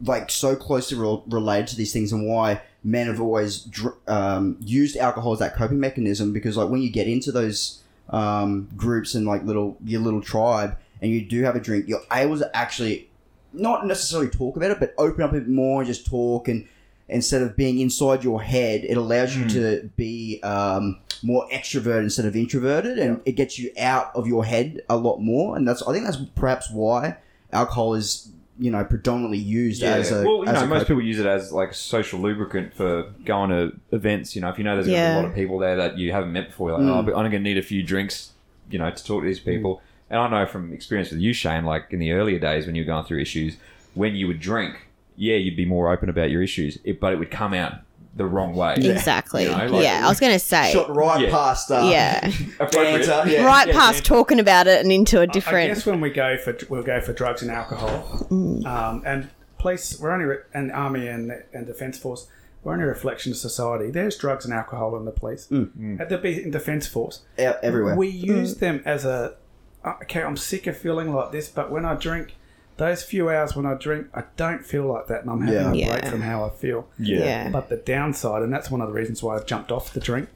[SPEAKER 2] like so closely re- related to these things, and why men have always dr- um, used alcohol as that coping mechanism. Because like when you get into those um, groups and like little your little tribe, and you do have a drink, you're able to actually not necessarily talk about it, but open up a bit more and just talk and. Instead of being inside your head, it allows
[SPEAKER 1] Hmm.
[SPEAKER 2] you to be um, more extroverted instead of introverted, and it gets you out of your head a lot more. And that's I think that's perhaps why alcohol is you know predominantly used
[SPEAKER 1] Yeah.
[SPEAKER 2] as a
[SPEAKER 1] well, you
[SPEAKER 2] as
[SPEAKER 1] know,
[SPEAKER 2] a
[SPEAKER 1] most
[SPEAKER 2] coping-
[SPEAKER 1] people use it as like a social lubricant for going to events. You know, if you know there's going to be
[SPEAKER 4] Yeah.
[SPEAKER 1] a lot of people there that you haven't met before, you're like, oh, but I'm going to need a few drinks, you know, to talk to these people. And I know from experience with you, Shane, like in the earlier days when you were going through issues, when you would drink, yeah, you'd be more open about your issues, it, but it would come out the wrong way.
[SPEAKER 4] Exactly.
[SPEAKER 1] You know, like-
[SPEAKER 4] yeah, I was going to say.
[SPEAKER 2] shot right
[SPEAKER 1] Yeah.
[SPEAKER 2] past uh,
[SPEAKER 4] yeah.
[SPEAKER 1] Appropriate.
[SPEAKER 2] banter, yeah.
[SPEAKER 4] right
[SPEAKER 1] yeah,
[SPEAKER 4] past
[SPEAKER 1] yeah.
[SPEAKER 4] talking about it and into a
[SPEAKER 3] I- I
[SPEAKER 4] different.
[SPEAKER 3] guess when we go for we'll go for drugs and alcohol,
[SPEAKER 4] Mm.
[SPEAKER 3] um, and police. We're only re- and army and and defence force. We're only a reflection of society. There's drugs and alcohol in the police.
[SPEAKER 4] Mm.
[SPEAKER 3] At the be- in defence force,
[SPEAKER 2] e- everywhere.
[SPEAKER 3] we use them as a "Uh, okay. I'm sick of feeling like this, but when I drink, those few hours when I drink, I don't feel like that, and I'm having
[SPEAKER 4] Yeah.
[SPEAKER 3] a break
[SPEAKER 4] Yeah.
[SPEAKER 3] from how I feel.
[SPEAKER 4] yeah.
[SPEAKER 3] But the downside, and that's one of the reasons why I've jumped off the drink,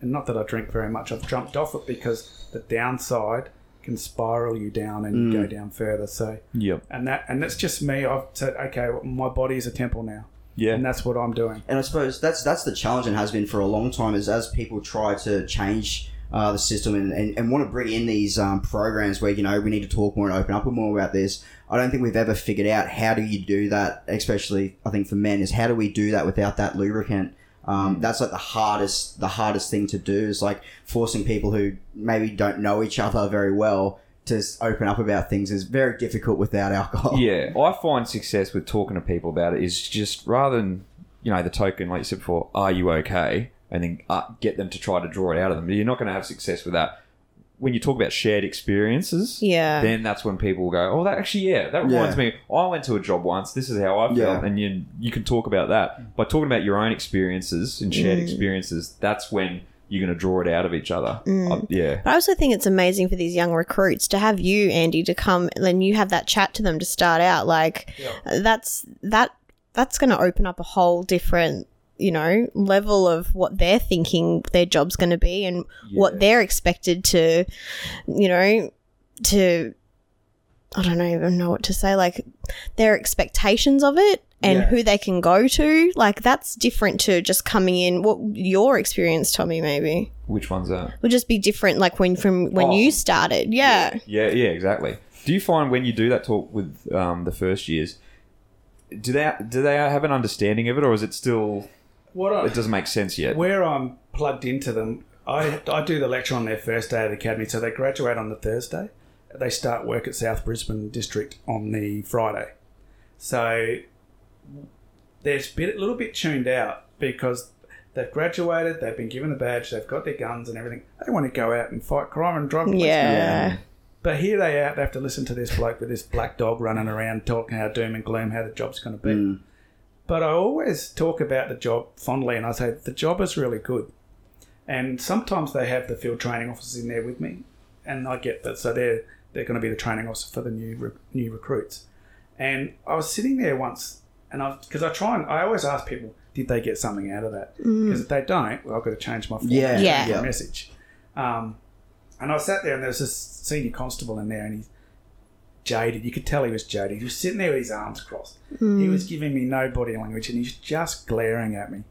[SPEAKER 3] and not that I drink very much, I've jumped off it because the downside can spiral you down and you go down further. So,
[SPEAKER 1] Yep.
[SPEAKER 3] and that, and that's just me. I've said, okay, well, my body is a temple now,
[SPEAKER 1] Yeah.
[SPEAKER 3] and that's what I'm doing.
[SPEAKER 2] and I suppose that's that's the challenge and has been for a long time is as people try to change uh, the system and, and, and want to bring in these um, programs where you know we need to talk more and open up more about this. I don't think we've ever figured out how do you do that, especially I think for men is how do we do that without that lubricant. Um, That's like the hardest the hardest thing to do is like forcing people who maybe don't know each other very well to s- open up about things is very difficult without alcohol.
[SPEAKER 1] Yeah, I find success with talking to people about it is just rather than you know the token, like you said before, are you okay? And then uh, get them to try to draw it out of them. You're not going to have success with that. When you talk about shared experiences,
[SPEAKER 4] Yeah.
[SPEAKER 1] then that's when people go, "Oh, that actually, yeah, that reminds
[SPEAKER 2] Yeah.
[SPEAKER 1] me. I went to a job once. This is how I felt."
[SPEAKER 2] Yeah.
[SPEAKER 1] And you you can talk about that by talking about your own experiences and shared experiences. That's when you're going to draw it out of each other. Uh, yeah,
[SPEAKER 4] But I also think it's amazing for these young recruits to have you, Andy, to come and you have that chat to them to start out. Like uh, that's that that's going to open up a whole different you know level of what they're thinking their job's going to be and what they're expected to you know to i don't even know what to say like their expectations of it and
[SPEAKER 3] Yeah.
[SPEAKER 4] who they can go to like that's different to just coming in what your experience tommy maybe
[SPEAKER 1] which one's that?
[SPEAKER 4] will just be different like when from when
[SPEAKER 1] Oh.
[SPEAKER 4] you started yeah
[SPEAKER 1] Yeah, yeah, exactly. Do you find when you do that talk with um, the first years, do they do they have an understanding of it, or is it still
[SPEAKER 3] What I,
[SPEAKER 1] it doesn't make sense yet?
[SPEAKER 3] where I'm plugged into them, I, I do the lecture on their first day of the academy. So they graduate on the Thursday. They start work at South Brisbane District on the Friday. So they're a bit, little bit tuned out because they've graduated, they've been given the badge, they've got their guns and everything. They want to go out and fight crime and drive. police cars.
[SPEAKER 4] Yeah.
[SPEAKER 3] But here they are, they have to listen to this bloke with this black dog running around talking how doom and gloom, how the job's going to be. But I always talk about the job fondly and I say, the job is really good. And sometimes they have the field training officers in there with me. And I get that. So they're, they're going to be the training officer for the new, re- new recruits. And I was sitting there once and I, because I try and I always ask people, did they get something out of that? Because if they don't, well, I've got to change my format
[SPEAKER 2] Yeah.
[SPEAKER 4] Yeah.
[SPEAKER 3] a message. Um, and I sat there, and there was this senior constable in there, and he's jaded. You could tell he was jaded. He was sitting there with his arms crossed.
[SPEAKER 2] Hmm.
[SPEAKER 3] He was giving me no body language, and he's just glaring at me.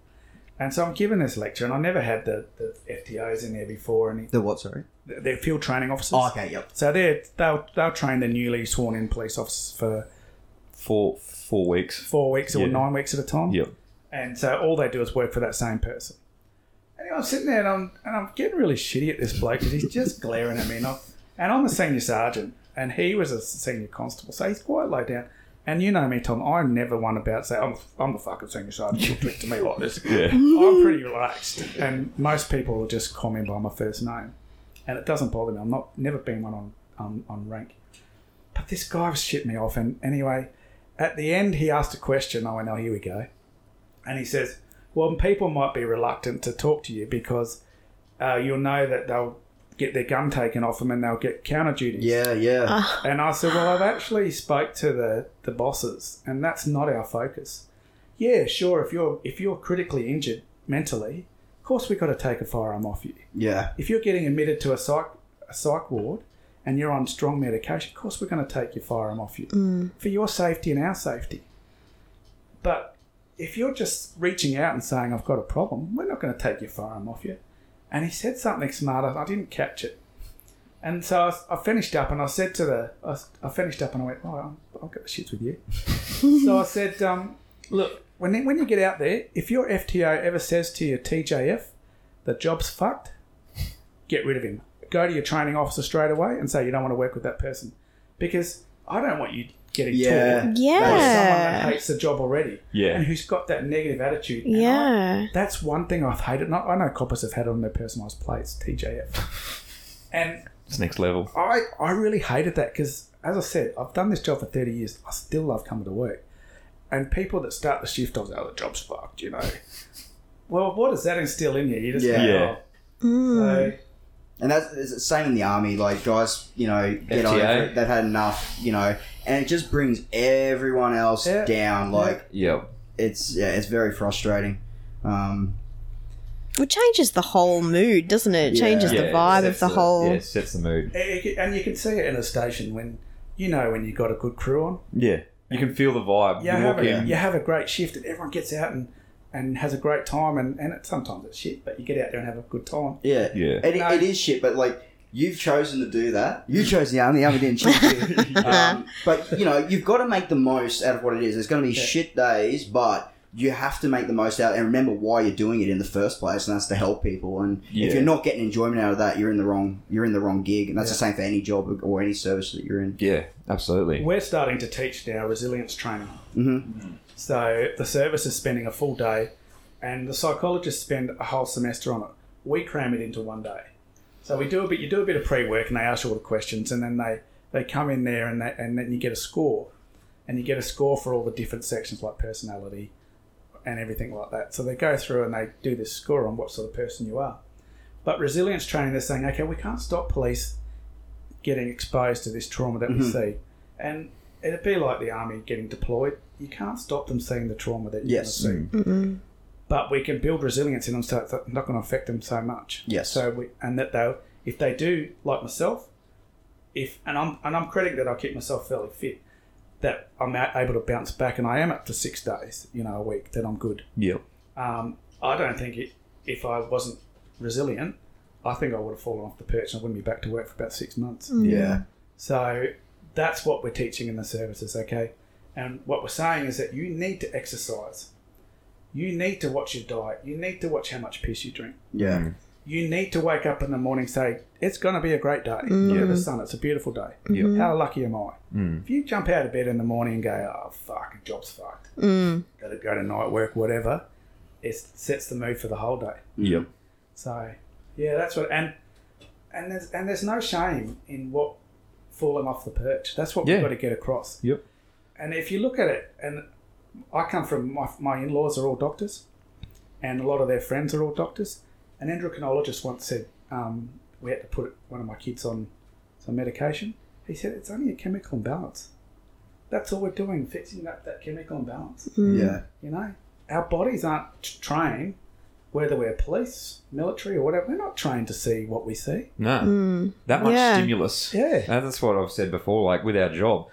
[SPEAKER 3] And so I'm giving this lecture, and I never had the, the FTOs in there before, and
[SPEAKER 2] The what? Sorry.
[SPEAKER 3] he- they're field training officers.
[SPEAKER 2] Oh, okay. Yep.
[SPEAKER 3] So they're, they'll, they'll train the newly sworn in police officers for
[SPEAKER 1] Four four weeks.
[SPEAKER 3] four weeks or
[SPEAKER 1] Yeah.
[SPEAKER 3] nine weeks at a time.
[SPEAKER 1] Yep.
[SPEAKER 3] And so all they do is work for that same person. Anyway, I'm sitting there and I'm, and I'm getting really shitty at this bloke because he's just glaring at me. And I'm, and I'm a senior sergeant and he was a senior constable, so he's quite low down. And you know me, Tom, I'm never one about saying, I'm, I'm a fucking senior sergeant, you talk to me like this. I'm pretty relaxed. And most people will just call me by my first name. And it doesn't bother me. I'm not never been one on, on, on rank. But this guy was shitting me off. And anyway, at the end, he asked a question. I went, oh, here we go and he says, "Well, people might be reluctant to talk to you because uh, you'll know that they'll get their gun taken off them and they'll get counter duties."
[SPEAKER 2] Yeah. Yeah.
[SPEAKER 3] And I said, "Well, I've actually spoke to the the bosses, and that's not our focus." Yeah, sure. If you're if you're critically injured mentally, of course we've got to take a firearm off you.
[SPEAKER 2] yeah.
[SPEAKER 3] If you're getting admitted to a psych a psych ward and you're on strong medication, of course we're going to take your firearm off you for your safety and our safety. But if you're just reaching out and saying I've got a problem, we're not going to take your firearm off you. And he said something smart. I I didn't catch it. And so I, s- I finished up and I said to the I, s- I finished up and I went, "Right, I'll, I'll get the shits with you." so I said, um, "Look, when when you get out there, if your FTO ever says to your TJF, the job's fucked, get rid of him. Go to your training officer straight away and say you don't want to work with that person, because I don't want you getting
[SPEAKER 2] Yeah.
[SPEAKER 3] taught by someone
[SPEAKER 4] Yeah.
[SPEAKER 3] that hates the job already,
[SPEAKER 1] Yeah.
[SPEAKER 3] and who's got that negative attitude. And I-
[SPEAKER 4] Yeah.
[SPEAKER 3] that's one thing I've hated. Not I know coppers have had on their personalised plates, TJF, and
[SPEAKER 1] It's next level.
[SPEAKER 3] I, I really hated that because, as I said, I've done this job for 30 years. I still love coming to work. And people that start the shift, I was like, oh, the job's fucked, you know. well, what does that instill in you? You just
[SPEAKER 2] Yeah.
[SPEAKER 3] go,
[SPEAKER 1] Yeah.
[SPEAKER 3] "Oh."
[SPEAKER 4] Mm.
[SPEAKER 3] So,
[SPEAKER 2] And that's it's the same in the army. Like guys, you know, get
[SPEAKER 1] FTA.
[SPEAKER 2] over it. They've had enough. You know, and it just brings everyone else
[SPEAKER 3] Yeah.
[SPEAKER 2] down. Like
[SPEAKER 1] Yep.
[SPEAKER 2] it's yeah, it's very frustrating. Um,
[SPEAKER 4] It changes the whole mood, doesn't it? It
[SPEAKER 2] Yeah.
[SPEAKER 4] changes the
[SPEAKER 1] Yeah,
[SPEAKER 4] vibe of
[SPEAKER 1] sets
[SPEAKER 4] the whole.
[SPEAKER 1] Yeah, sets the mood.
[SPEAKER 3] and eh, you can- and you can see it in a station when, you know, when you got a good crew on.
[SPEAKER 1] Yeah. You can feel the vibe.
[SPEAKER 3] You
[SPEAKER 1] you
[SPEAKER 3] have,
[SPEAKER 1] walk
[SPEAKER 3] a,
[SPEAKER 1] in.
[SPEAKER 3] you have a great shift and everyone gets out and, and has a great time. And, and it, sometimes it's shit, but you get out there and have a good time.
[SPEAKER 2] yeah,
[SPEAKER 1] Yeah.
[SPEAKER 2] It,
[SPEAKER 3] No.
[SPEAKER 2] it is shit, but like you've chosen to do that. You chose the army. The army didn't choose you. um, but you know, you've got to make the most out of what it is. There's going to be shit days, but you have to make the most out and remember why you're doing it in the first place, and that's to help people. And
[SPEAKER 1] Yeah.
[SPEAKER 2] if you're not getting enjoyment out of that, you're in the wrong. You're in the wrong gig, and that's the same for any job or any service that you're in.
[SPEAKER 1] Yeah, absolutely.
[SPEAKER 3] We're starting to teach now resilience training.
[SPEAKER 2] Mhm.
[SPEAKER 3] So the service is spending a full day, and the psychologists spend a whole semester on it. We cram it into one day. So we do a bit. You do a bit of pre-work, and they ask you all the questions, and then they they come in there, and they, and then you get a score, and you get a score for all the different sections like personality, and everything like that. So they go through and they do this score on what sort of person you are. But resilience training, they're saying, okay, we can't stop police getting exposed to this trauma that we see, and it'd be like the army getting deployed. You can't stop them seeing the trauma that you're
[SPEAKER 2] Yes. Mm.
[SPEAKER 3] going to see but we can build resilience in them so it's not going to affect them so much.
[SPEAKER 2] Yes.
[SPEAKER 3] So we, and that they if they do like myself, if and I'm and I'm crediting that I keep myself fairly fit, that I'm a- able to bounce back and I am up to six days, you know, a week that I'm good.
[SPEAKER 1] Yep.
[SPEAKER 3] Um, I don't think it, if I wasn't resilient, I think I would have fallen off the perch and I wouldn't be back to work for about six months.
[SPEAKER 2] Yeah.
[SPEAKER 3] So that's what we're teaching in the services, okay? And what we're saying is that you need to exercise. You need to watch your diet. You need to watch how much piss you drink.
[SPEAKER 2] Yeah.
[SPEAKER 3] you need to wake up in the morning and say, it's going to be a great day. Look at the sun. It's a beautiful day.
[SPEAKER 1] Mm.
[SPEAKER 3] How lucky am I? If you jump out of bed in the morning and go, oh, fuck, the job's fucked.
[SPEAKER 1] Mm.
[SPEAKER 3] Got to go to night work, whatever. It sets the mood for the whole day.
[SPEAKER 1] Yep.
[SPEAKER 3] So, yeah, that's what. And and there's and there's no shame in what falling off the perch. That's what
[SPEAKER 1] Yeah.
[SPEAKER 3] we've got to get across.
[SPEAKER 1] Yep.
[SPEAKER 3] And if you look at it, and I come from my, my in laws are all doctors, and a lot of their friends are all doctors. An endocrinologist once said um, we had to put one of my kids on some medication. He said it's only a chemical imbalance. That's all we're doing, fixing up that chemical imbalance.
[SPEAKER 2] Yeah.
[SPEAKER 3] You know, our bodies aren't t- trained, whether we're police, military, or whatever. We're not trained to see what we see.
[SPEAKER 1] No. That much
[SPEAKER 4] Hmm. Yeah.
[SPEAKER 1] stimulus.
[SPEAKER 3] Yeah.
[SPEAKER 1] And That's what I've said before. Like with our job,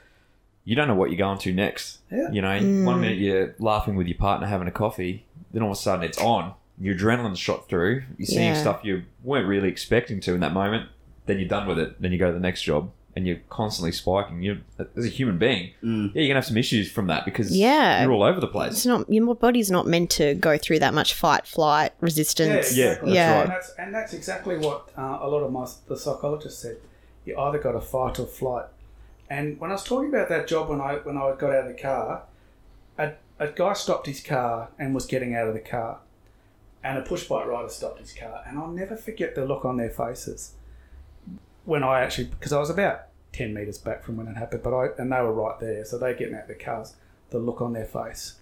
[SPEAKER 1] you don't know what you're going to next.
[SPEAKER 3] Yeah.
[SPEAKER 1] You know,
[SPEAKER 4] Hmm.
[SPEAKER 1] one minute you're laughing with your partner having a coffee, then all of a sudden it's on. Your adrenaline's shot through. You're seeing
[SPEAKER 4] Yeah.
[SPEAKER 1] stuff you weren't really expecting to in that moment. Then you're done with it. Then you go to the next job, and you're constantly spiking. You, as a human being,
[SPEAKER 3] Hmm.
[SPEAKER 1] yeah, you're gonna have some issues from that because
[SPEAKER 4] Yeah.
[SPEAKER 1] you're all over the place.
[SPEAKER 4] It's not your body's not meant to go through that much fight, flight, resistance.
[SPEAKER 1] Yeah,
[SPEAKER 3] exactly.
[SPEAKER 4] yeah.
[SPEAKER 3] And, that's, and that's exactly what uh, a lot of my the psychologists said. You either got to fight or flight. And when I was talking about that job when I when I got out of the car, a, a guy stopped his car and was getting out of the car, and a push bike rider stopped his car, and I'll never forget the look on their faces when I actually because I was about ten meters back from when it happened, but I and they were right there, so they getting out their cars, the look on their face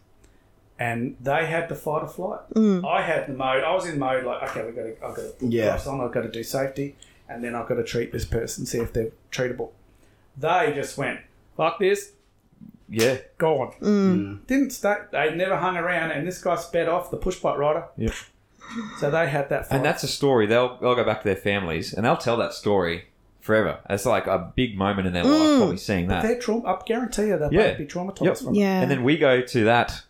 [SPEAKER 3] and they had the fight or flight. I had the mode. I was in mode like, okay, we got to, I've got to put
[SPEAKER 2] Yeah.
[SPEAKER 3] gloves on. I've got to do safety, and then I've got to treat this person, see if they're treatable. They just went like this,
[SPEAKER 1] Yeah,
[SPEAKER 3] gone.
[SPEAKER 1] Mm.
[SPEAKER 3] Didn't stay. They never hung around, and this guy sped off the push bike rider.
[SPEAKER 1] Yep.
[SPEAKER 3] So they had that fight.
[SPEAKER 1] And that's a story. They'll they'll go back to their families and they'll tell that story forever. It's like a big moment in their
[SPEAKER 4] Mm.
[SPEAKER 1] life, probably seeing that.
[SPEAKER 3] they're trauma. I guarantee you, they'll
[SPEAKER 1] Yeah.
[SPEAKER 3] be traumatized
[SPEAKER 1] Yep.
[SPEAKER 3] from it.
[SPEAKER 4] Yeah.
[SPEAKER 1] And then we go to that.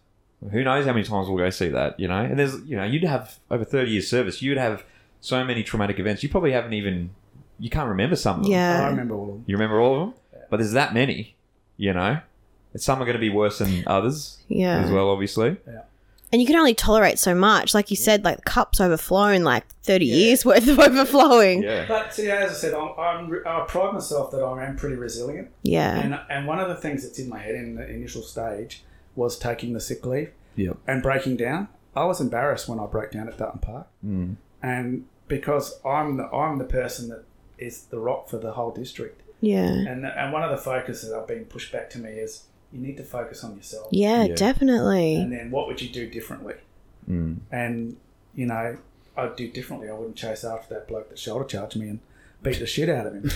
[SPEAKER 1] Who knows how many times we'll go see that, you know? And there's, you know, you'd have over 30 years service, you'd have so many traumatic events. You probably haven't even, you can't remember some of them.
[SPEAKER 3] I
[SPEAKER 4] yeah.
[SPEAKER 3] remember all of them.
[SPEAKER 1] You remember all of them? But there's that many, you know? And some are going to be worse than others
[SPEAKER 4] Yeah.
[SPEAKER 1] as well, obviously.
[SPEAKER 4] And you can only tolerate so much. Like you said, like the cup's overflown, like 30 years worth of overflowing. Yeah.
[SPEAKER 1] Yeah.
[SPEAKER 3] But see, as I said, I'm, I'm, re- I pride myself that I am pretty resilient. And, and one of the things that's in my head in the initial stage was taking the sick leave
[SPEAKER 1] Yep.
[SPEAKER 3] and breaking down. I was embarrassed when I broke down at Dutton Park,
[SPEAKER 1] Mm.
[SPEAKER 3] and because I'm the I'm the person that is the rock for the whole district.
[SPEAKER 4] Yeah.
[SPEAKER 3] And and one of the focuses I've been pushed back to me is you need to focus on yourself.
[SPEAKER 4] Yeah,
[SPEAKER 1] Yeah.
[SPEAKER 4] definitely.
[SPEAKER 3] And then what would you do differently?
[SPEAKER 1] Mm.
[SPEAKER 3] And you know, I'd do differently. I wouldn't chase after that bloke that shoulder charged me and beat the shit out of him.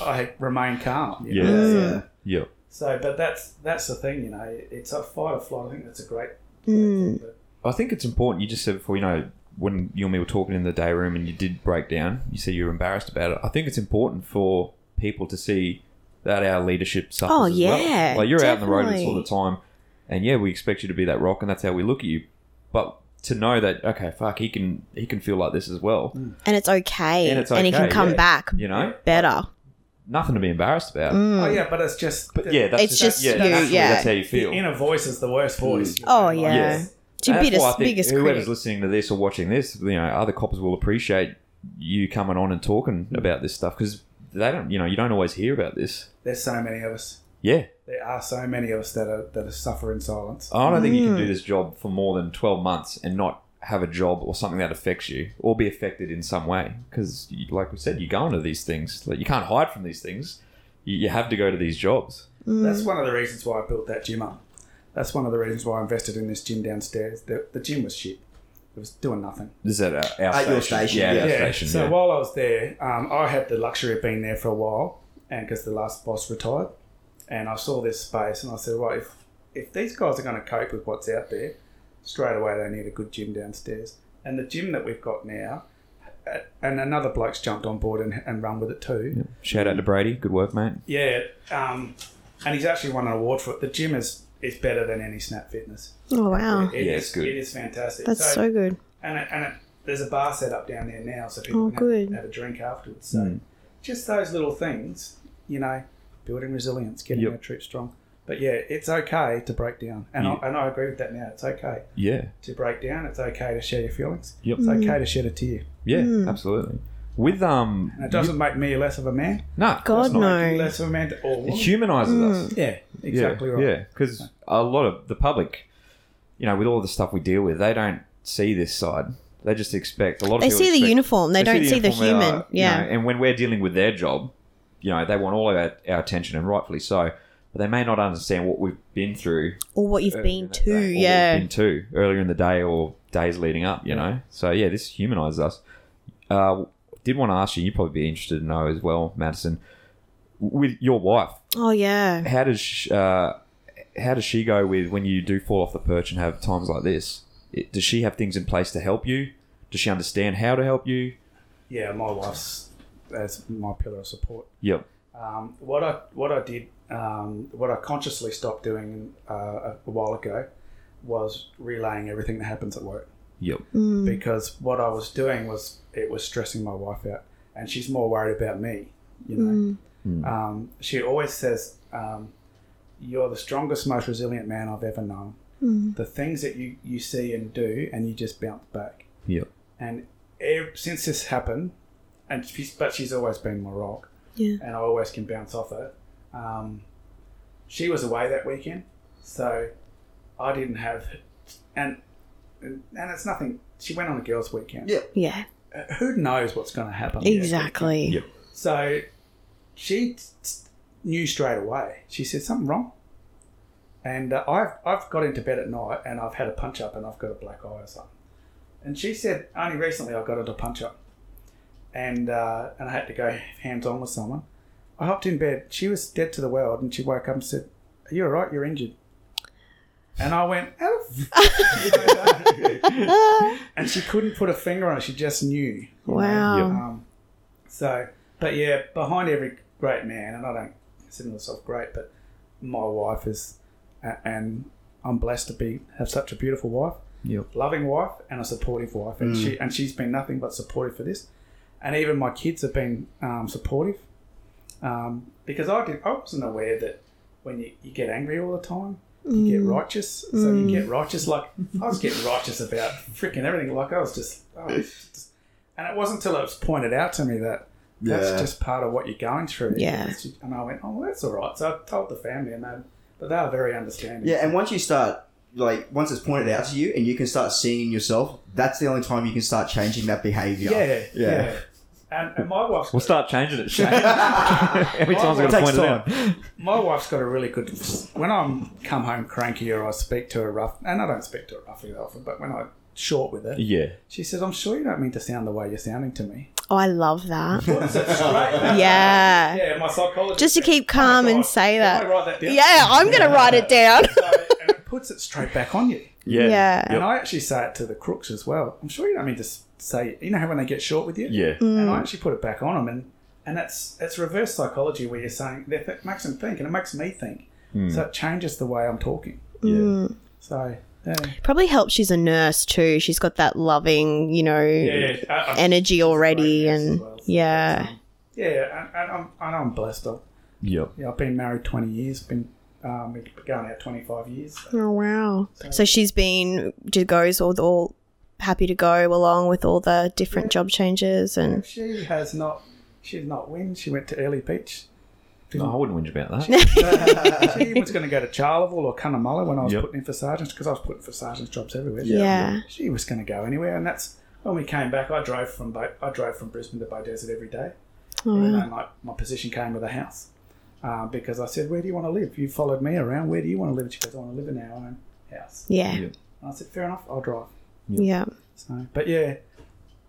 [SPEAKER 3] I remain calm. you know?
[SPEAKER 1] Yeah.
[SPEAKER 2] Yeah.
[SPEAKER 1] Yep.
[SPEAKER 3] So, but that's that's the thing, you know. It's a fight or flight. I think that's a great.
[SPEAKER 4] Mm.
[SPEAKER 3] But
[SPEAKER 1] I think it's important. You just said before, you know, when you and me were talking in the day room and you did break down, you said you were embarrassed about it. I think it's important for people to see that our leadership suffers.
[SPEAKER 4] Oh,
[SPEAKER 1] as well.
[SPEAKER 4] yeah,
[SPEAKER 1] Like you're out on the road all
[SPEAKER 4] definitely.
[SPEAKER 1] the time, and yeah, we expect you to be that rock, and that's how we look at you. But to know that, okay, fuck, he can he can feel like this as well.
[SPEAKER 4] And it's okay.
[SPEAKER 1] And it's
[SPEAKER 4] he
[SPEAKER 1] okay,
[SPEAKER 4] can come
[SPEAKER 1] yeah.
[SPEAKER 4] back
[SPEAKER 1] You know,
[SPEAKER 4] better.
[SPEAKER 1] nothing to be embarrassed about.
[SPEAKER 3] Oh yeah, but it's just.
[SPEAKER 1] But yeah, that's
[SPEAKER 4] Mm. It's just
[SPEAKER 1] yeah,
[SPEAKER 4] you,
[SPEAKER 1] naturally,
[SPEAKER 4] yeah.
[SPEAKER 1] that's how you
[SPEAKER 3] the
[SPEAKER 1] feel. Mm.
[SPEAKER 3] inner voice is the worst voice. you know,
[SPEAKER 4] Oh,
[SPEAKER 3] like-
[SPEAKER 4] yeah.
[SPEAKER 1] Yes.
[SPEAKER 4] It's your
[SPEAKER 1] And that's why
[SPEAKER 4] biggest,
[SPEAKER 1] I think
[SPEAKER 4] biggest
[SPEAKER 1] whoever's
[SPEAKER 4] critic.
[SPEAKER 1] listening to this or watching this, you know, other coppers will appreciate you coming on and talking
[SPEAKER 2] Hmm.
[SPEAKER 1] about this stuff because they don't, you know, you don't always hear about this.
[SPEAKER 3] There's so many of us.
[SPEAKER 1] Yeah,
[SPEAKER 3] There are so many of us that are that are suffer in silence.
[SPEAKER 1] I don't think you can
[SPEAKER 2] Hmm.
[SPEAKER 1] do this job for more than twelve months and not have a job or something that affects you or be affected in some way because, like we said, you go into these things. Like you can't hide from these things. You, you have to go to these jobs.
[SPEAKER 3] That's one of the reasons why I built that gym up. That's one of the reasons why I invested in this gym downstairs. The, the gym was shit. It was doing nothing.
[SPEAKER 1] This is at uh, our, our
[SPEAKER 2] At your station,
[SPEAKER 1] Yeah, at our
[SPEAKER 2] yeah.
[SPEAKER 1] station.
[SPEAKER 3] So
[SPEAKER 1] yeah.
[SPEAKER 3] while I was there, um, I had the luxury of being there for a while, and because the last boss retired, and I saw this space, and I said, right, if if these guys are going to cope with what's out there, straight away they need a good gym downstairs, and the gym that we've got now, uh, and another bloke's jumped on board and, and run with it too.
[SPEAKER 1] Shout out to Brady. Good work, mate.
[SPEAKER 3] Yeah, um, and he's actually won an award for it. The gym is is better than any Snap Fitness.
[SPEAKER 4] Oh, wow.
[SPEAKER 3] It
[SPEAKER 1] Yeah,
[SPEAKER 3] is-
[SPEAKER 1] it's good.
[SPEAKER 3] It is fantastic.
[SPEAKER 4] That's so good.
[SPEAKER 3] and it, and it, there's a bar set up down there now, so people
[SPEAKER 4] Oh,
[SPEAKER 3] can
[SPEAKER 4] good.
[SPEAKER 3] Have, have a drink afterwards.
[SPEAKER 1] Mm.
[SPEAKER 3] So just those little things, you know, building resilience, getting
[SPEAKER 1] Yep.
[SPEAKER 3] our troops strong. But yeah, it's okay to break down, and I, and I agree with that now. It's okay
[SPEAKER 1] Yeah.
[SPEAKER 3] to break down. It's okay to share your feelings.
[SPEAKER 1] Yep.
[SPEAKER 3] It's
[SPEAKER 4] Mm.
[SPEAKER 3] okay to shed a tear,
[SPEAKER 1] Yeah.
[SPEAKER 2] Hmm.
[SPEAKER 1] Absolutely. With um,
[SPEAKER 3] and it doesn't make me less of a man.
[SPEAKER 1] no,
[SPEAKER 4] God,
[SPEAKER 3] You
[SPEAKER 4] no.
[SPEAKER 3] less of a man to all.
[SPEAKER 1] it
[SPEAKER 3] women.
[SPEAKER 1] humanizes
[SPEAKER 4] Mm.
[SPEAKER 1] us.
[SPEAKER 3] Yeah, exactly
[SPEAKER 1] yeah,
[SPEAKER 3] right.
[SPEAKER 1] Yeah, because a lot of the public, you know, with all the stuff we deal with, they don't see this side. They just expect a lot of
[SPEAKER 4] They
[SPEAKER 1] people
[SPEAKER 4] see the
[SPEAKER 1] expect-
[SPEAKER 4] uniform. They, don't see the,
[SPEAKER 1] uniform, they
[SPEAKER 4] human.
[SPEAKER 1] are, you
[SPEAKER 4] yeah.
[SPEAKER 1] know, and when we're dealing with their job, you know, they want all of our, our attention, and rightfully so. But they may not understand what we've been through.
[SPEAKER 4] or what you've
[SPEAKER 1] earlier in
[SPEAKER 4] been
[SPEAKER 1] that
[SPEAKER 4] to.
[SPEAKER 1] day, or what we've
[SPEAKER 4] yeah.
[SPEAKER 1] been to earlier in the day or days leading up. You know, so yeah, this humanizes us. Uh, did want to ask you? You'd probably be interested to know as well, Madison, with your wife
[SPEAKER 4] oh yeah.
[SPEAKER 1] how does sh- uh, how does she go with when you do fall off the perch and have times like this? It, does she have things in place to help you? Does she understand how to help you?
[SPEAKER 3] yeah, my wife's that's my pillar of support.
[SPEAKER 1] Yep.
[SPEAKER 3] Um, what I what I did, um, what I consciously stopped doing uh, a, a while ago, was relaying everything that happens at work
[SPEAKER 1] Yep.
[SPEAKER 4] Mm.
[SPEAKER 3] because what I was doing was it was stressing my wife out, and she's more worried about me. You know, um, she always says, um, "You're the strongest, most resilient man I've ever known. The things that you you see and do, and you just bounce back."
[SPEAKER 1] Yep.
[SPEAKER 3] And ev- since this happened, and she's, but she's always been my rock,
[SPEAKER 4] Yeah.
[SPEAKER 3] and I always can bounce off her. Um, she was away that weekend, so I didn't have, and and it's nothing. She went on a girls' weekend.
[SPEAKER 2] Yeah.
[SPEAKER 4] Yeah.
[SPEAKER 3] Uh, Who knows what's going to happen?
[SPEAKER 4] Exactly.
[SPEAKER 1] Yeah.
[SPEAKER 3] So she t- t- knew straight away. She said something wrong. And uh, I've, I've got into bed at night and I've had a punch up and I've got a black eye or something. And she said, only recently I got into a punch up. And, uh, and I had to go hands on with someone. I hopped in bed. She was dead to the world and she woke up and said, Are you all right? You're injured. And I went, How the f-" And she couldn't put a finger on it. She just knew.
[SPEAKER 4] Wow.
[SPEAKER 3] Um, so, but yeah, behind every great man, and I don't consider myself great, but my wife is, a- and I'm blessed to be have such a beautiful wife,
[SPEAKER 1] Yep.
[SPEAKER 3] loving wife, and a supportive wife, and
[SPEAKER 2] Mm.
[SPEAKER 3] she and she's been nothing but supportive for this, and even my kids have been um, supportive, um, because I did I wasn't aware that when you, you get angry all the time. You
[SPEAKER 2] Mm.
[SPEAKER 3] get righteous, so you get righteous. Like I was getting righteous about freaking everything. Like I was just, I was just and it wasn't until it was pointed out to me that that's
[SPEAKER 2] Yeah.
[SPEAKER 3] just part of what you're going through.
[SPEAKER 4] Yeah.
[SPEAKER 3] And I went, oh, well, that's all right. So I told the family, and they, but they are very understanding.
[SPEAKER 2] Yeah, and once you start, like, once it's pointed out to you and you can start seeing yourself, that's the only time you can start changing that behavior.
[SPEAKER 3] Yeah. Yeah.
[SPEAKER 2] Yeah.
[SPEAKER 3] And, and my wife's
[SPEAKER 1] We'll start changing it. Shane. How many times I got to
[SPEAKER 2] Takes
[SPEAKER 1] point it out?
[SPEAKER 3] my wife's got a really good. When I'm come home cranky or I speak to her rough, and I don't speak to her roughly that often, but when I short with her,
[SPEAKER 1] Yeah.
[SPEAKER 3] she says, "I'm sure you don't mean to sound the way you're sounding to me."
[SPEAKER 4] Oh, I love that.
[SPEAKER 3] Right?
[SPEAKER 4] yeah.
[SPEAKER 3] Yeah, my psychologist.
[SPEAKER 4] Just to
[SPEAKER 3] said,
[SPEAKER 4] keep calm
[SPEAKER 3] "Oh my
[SPEAKER 4] and
[SPEAKER 3] God,
[SPEAKER 4] say
[SPEAKER 3] can I
[SPEAKER 4] that.
[SPEAKER 3] write that down?"
[SPEAKER 4] Yeah, I'm gonna write it down.
[SPEAKER 3] So- and it puts it straight back on you.
[SPEAKER 1] Yeah.
[SPEAKER 4] Yeah.
[SPEAKER 1] Yep.
[SPEAKER 3] And I actually say it to the crooks as well. I'm sure you don't mean to s- say, you know how when they get short with you?
[SPEAKER 1] Yeah.
[SPEAKER 3] And I actually put it back on them. And, and that's it's reverse psychology where you're saying, that that makes them think and it makes me think.
[SPEAKER 1] Hmm.
[SPEAKER 3] So it changes the way I'm talking.
[SPEAKER 1] Yeah.
[SPEAKER 3] So, yeah.
[SPEAKER 4] Probably helps. She's a nurse too. She's got that loving, you know,
[SPEAKER 3] I- I-
[SPEAKER 4] energy already,
[SPEAKER 3] nurse as
[SPEAKER 4] and
[SPEAKER 3] well, so
[SPEAKER 4] yeah.
[SPEAKER 3] yeah, and, and I'm, and I'm blessed. I've,
[SPEAKER 1] Yep.
[SPEAKER 3] yeah, I've been married 20 years, been um, been going out 25 years.
[SPEAKER 4] Oh wow! So she's been to goes all all happy to go along with all the different job changes and
[SPEAKER 3] She has not, she's not win. She went to Early Beach.
[SPEAKER 1] No, Oh, I wouldn't whinge about that.
[SPEAKER 3] she was going to go to Charleville or Cunnamulla when I was
[SPEAKER 1] Yep.
[SPEAKER 3] putting in for sergeants because I was putting for sergeants jobs everywhere.
[SPEAKER 4] yeah.
[SPEAKER 3] She was going to go anywhere, and that's when we came back. I drove from Bo- I drove from Brisbane to Bay Desert every day,
[SPEAKER 4] Mm. Oh,
[SPEAKER 3] and then my, my position came with a house uh, because I said, "Where do you want to live?" You followed me around. Where do you want to live? And she goes, "I want to live in our own house."
[SPEAKER 4] yeah,
[SPEAKER 1] Yeah.
[SPEAKER 4] yeah,
[SPEAKER 3] And I said, "Fair enough, I'll drive."
[SPEAKER 4] yeah.
[SPEAKER 3] So, but yeah,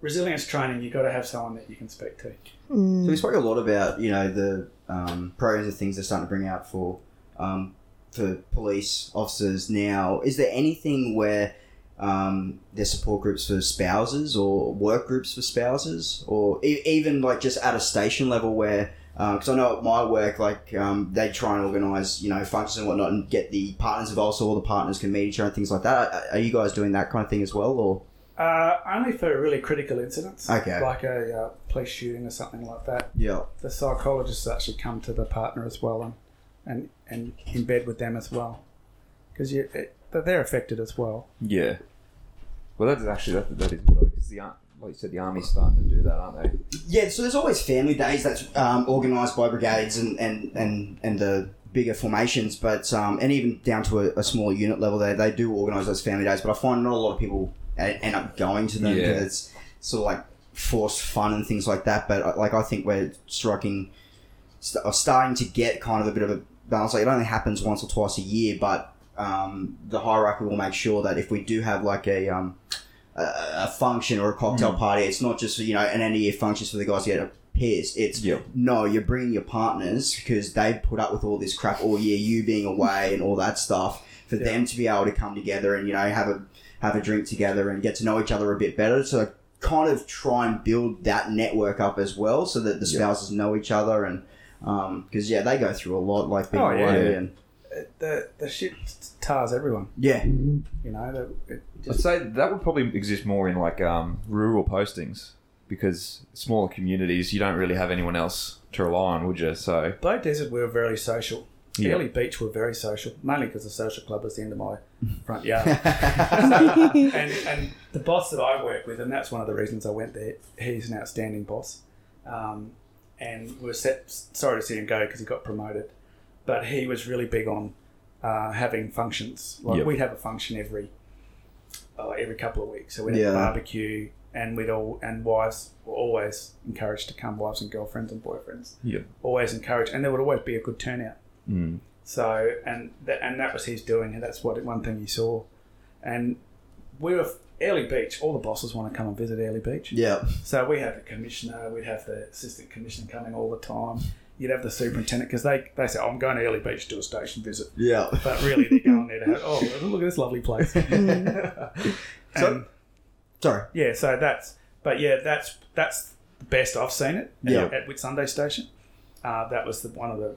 [SPEAKER 3] resilience training. You have got to have someone that you can speak to.
[SPEAKER 4] Mm.
[SPEAKER 2] So we spoke a lot about you know the um, programs and things they're starting to bring out for um, for police officers now. Is there anything where um, there's support groups for spouses or work groups for spouses, or e- even like just at a station level where? Because I know at my work, like um, they try and organise you know functions and whatnot, and get the partners involved, so all the partners can meet each other and things like that. Are- Are you guys doing that kind of thing as well, or?
[SPEAKER 3] Uh, only for really critical incidents,
[SPEAKER 2] Okay.
[SPEAKER 3] like a uh, police shooting or something like that.
[SPEAKER 2] Yeah.
[SPEAKER 3] the psychologists actually come to the partner as well and and and in bed with them as well, because you it, they're affected as well.
[SPEAKER 1] Yeah. Well, that is actually that, that is good because the ar- like you said, the army's starting to do that, aren't they?
[SPEAKER 2] Yeah, so there's always family days that's um, organised by brigades and, and, and, and the bigger formations, but um, and even down to a, a smaller unit level, they, they do organise those family days. But I find not a lot of people a- end up going to them
[SPEAKER 1] Yeah.
[SPEAKER 2] because it's sort of like forced fun and things like that. But uh, like I think we're striking, st- or starting to get kind of a bit of a balance. Like it only happens once or twice a year, but um, the hierarchy will make sure that if we do have like a um, a, a function or a cocktail party, it's not just you know an end of year function for the guys to get pissed. It's
[SPEAKER 1] Yep.
[SPEAKER 2] no, you're bringing your partners because they put up with all this crap all year, you being away and all that stuff. For
[SPEAKER 3] Yeah.
[SPEAKER 2] them to be able to come together and you know have a have a drink together and get to know each other a bit better, so kind of try and build that network up as well, so that the
[SPEAKER 1] Yeah.
[SPEAKER 2] spouses know each other and because yeah, they go through a lot like being
[SPEAKER 3] Oh, yeah,
[SPEAKER 2] away
[SPEAKER 1] yeah.
[SPEAKER 2] and
[SPEAKER 3] The the shit tars everyone.
[SPEAKER 2] yeah,
[SPEAKER 3] You know, the, it
[SPEAKER 1] I'd
[SPEAKER 3] just,
[SPEAKER 1] say that would probably exist more in like um, rural postings because smaller communities, you don't really have anyone else to rely on, would you? So
[SPEAKER 3] Bow Desert we were very social.
[SPEAKER 1] Yeah.
[SPEAKER 3] Early Beach were very social, mainly because the social club was the end of my front yard. and, and the boss that I work with, and that's one of the reasons I went there. He's an outstanding boss, um, and we're set, sorry to see him go because he got promoted, but he was really big on uh, having functions. Like
[SPEAKER 1] Yep.
[SPEAKER 3] we'd have a function every uh, every couple of weeks, so we'd
[SPEAKER 2] Yeah.
[SPEAKER 3] have barbecue, and we'd all and wives were always encouraged to come, wives and girlfriends and boyfriends,
[SPEAKER 1] Yep.
[SPEAKER 3] always encouraged, and there would always be a good turnout.
[SPEAKER 1] mm,
[SPEAKER 3] So and th- and that was his doing, and that's what one thing he saw. And we were Early Beach. All the bosses want to come and visit Early Beach.
[SPEAKER 2] yeah,
[SPEAKER 3] So we had the commissioner, we'd have the assistant commissioner coming all the time. You'd have the superintendent because they they say, oh, "I'm going to Early Beach to do a station visit,"
[SPEAKER 2] yeah.
[SPEAKER 3] but really they're going there to have, "Oh, look at this lovely place."
[SPEAKER 2] So-
[SPEAKER 3] so
[SPEAKER 2] Sorry,
[SPEAKER 3] yeah, so that's but yeah, that's that's the best I've seen it at,
[SPEAKER 2] Yeah.
[SPEAKER 3] at Whit Sunday Station. Uh, that was the one of the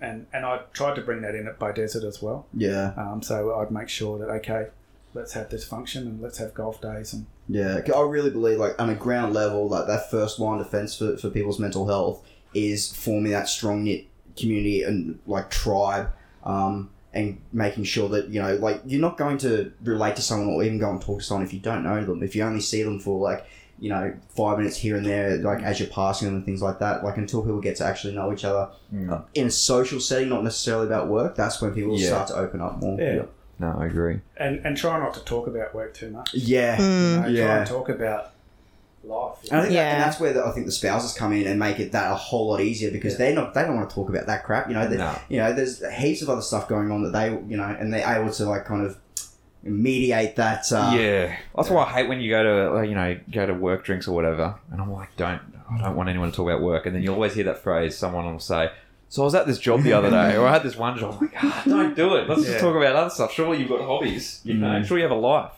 [SPEAKER 3] and and I tried to bring that in at By Desert as well.
[SPEAKER 2] yeah,
[SPEAKER 3] Um, so I'd make sure that okay, let's have this function and let's have golf days and
[SPEAKER 2] yeah. I really believe like on a ground level, like that first line of defense for, for people's mental health is forming that strong knit community and like tribe. Um, and making sure that you know, like, you're not going to relate to someone or even go and talk to someone if you don't know them. If you only see them for like, you know, five minutes here and there, like as you're passing them and things like that. Like until people get to actually know each other,
[SPEAKER 1] mm.
[SPEAKER 2] in a social setting, not necessarily about work, that's when people
[SPEAKER 1] Yeah.
[SPEAKER 2] start to open up more.
[SPEAKER 3] Yeah.
[SPEAKER 1] No, I agree.
[SPEAKER 3] and, and try not to talk about work too much.
[SPEAKER 2] Yeah.
[SPEAKER 4] Mm.
[SPEAKER 3] You know, Try
[SPEAKER 2] Yeah.
[SPEAKER 3] and talk about life. you
[SPEAKER 2] And I think
[SPEAKER 3] know.
[SPEAKER 2] that, and
[SPEAKER 4] Yeah.
[SPEAKER 2] that's where the, I think the spouses come in and make it that a whole lot easier because
[SPEAKER 3] Yeah.
[SPEAKER 2] they're not they don't want to talk about that crap. You know, They-
[SPEAKER 1] No.
[SPEAKER 2] you know, there's heaps of other stuff going on that they you know, and they're able to like kind of mediate that. Uh,
[SPEAKER 1] yeah, that's why I hate when you go to like, you know go to work drinks or whatever, and I'm like, don't I don't want anyone to talk about work, and then you always hear that phrase. Someone will say, "So I was at this job the other day, or I had this one job." I'm like, ah, don't do it. Let's
[SPEAKER 3] Yeah.
[SPEAKER 1] just talk about other stuff. Surely you've got hobbies. You know,
[SPEAKER 2] Mm.
[SPEAKER 1] sure you have a life.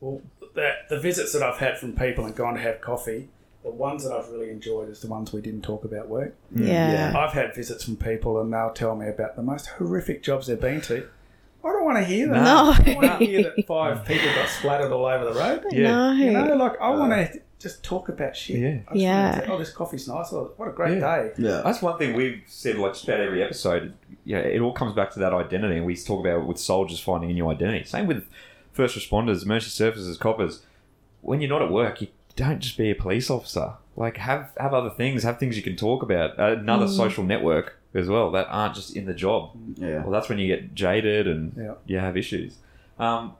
[SPEAKER 3] Well, the, the visits that I've had from people and gone to have coffee, the ones that I've really enjoyed is the ones we didn't talk about work.
[SPEAKER 4] yeah.
[SPEAKER 3] I've had visits from people and they'll tell me about the most horrific jobs they've been to. I don't want to hear that.
[SPEAKER 4] No.
[SPEAKER 3] I don't want to hear that five people got splattered all over the road.
[SPEAKER 4] No.
[SPEAKER 3] You know, like I want
[SPEAKER 2] Uh,
[SPEAKER 3] to just talk about shit.
[SPEAKER 1] Yeah.
[SPEAKER 3] I just wanna
[SPEAKER 4] Yeah.
[SPEAKER 3] say, oh, this coffee's nice. Oh, what a great day.
[SPEAKER 2] Yeah.
[SPEAKER 1] That's one thing we've said like just about every episode. Yeah, it all comes back to that identity, and we talk about it with soldiers finding a new identity. Same with first responders, emergency services, coppers. When you're not at work, you don't just be a police officer. Like have have other things, have things you can talk about. Another social network as well that aren't just in the job.
[SPEAKER 2] Yeah.
[SPEAKER 1] Well, that's when you get jaded and
[SPEAKER 3] Yeah.
[SPEAKER 1] you have issues. Um,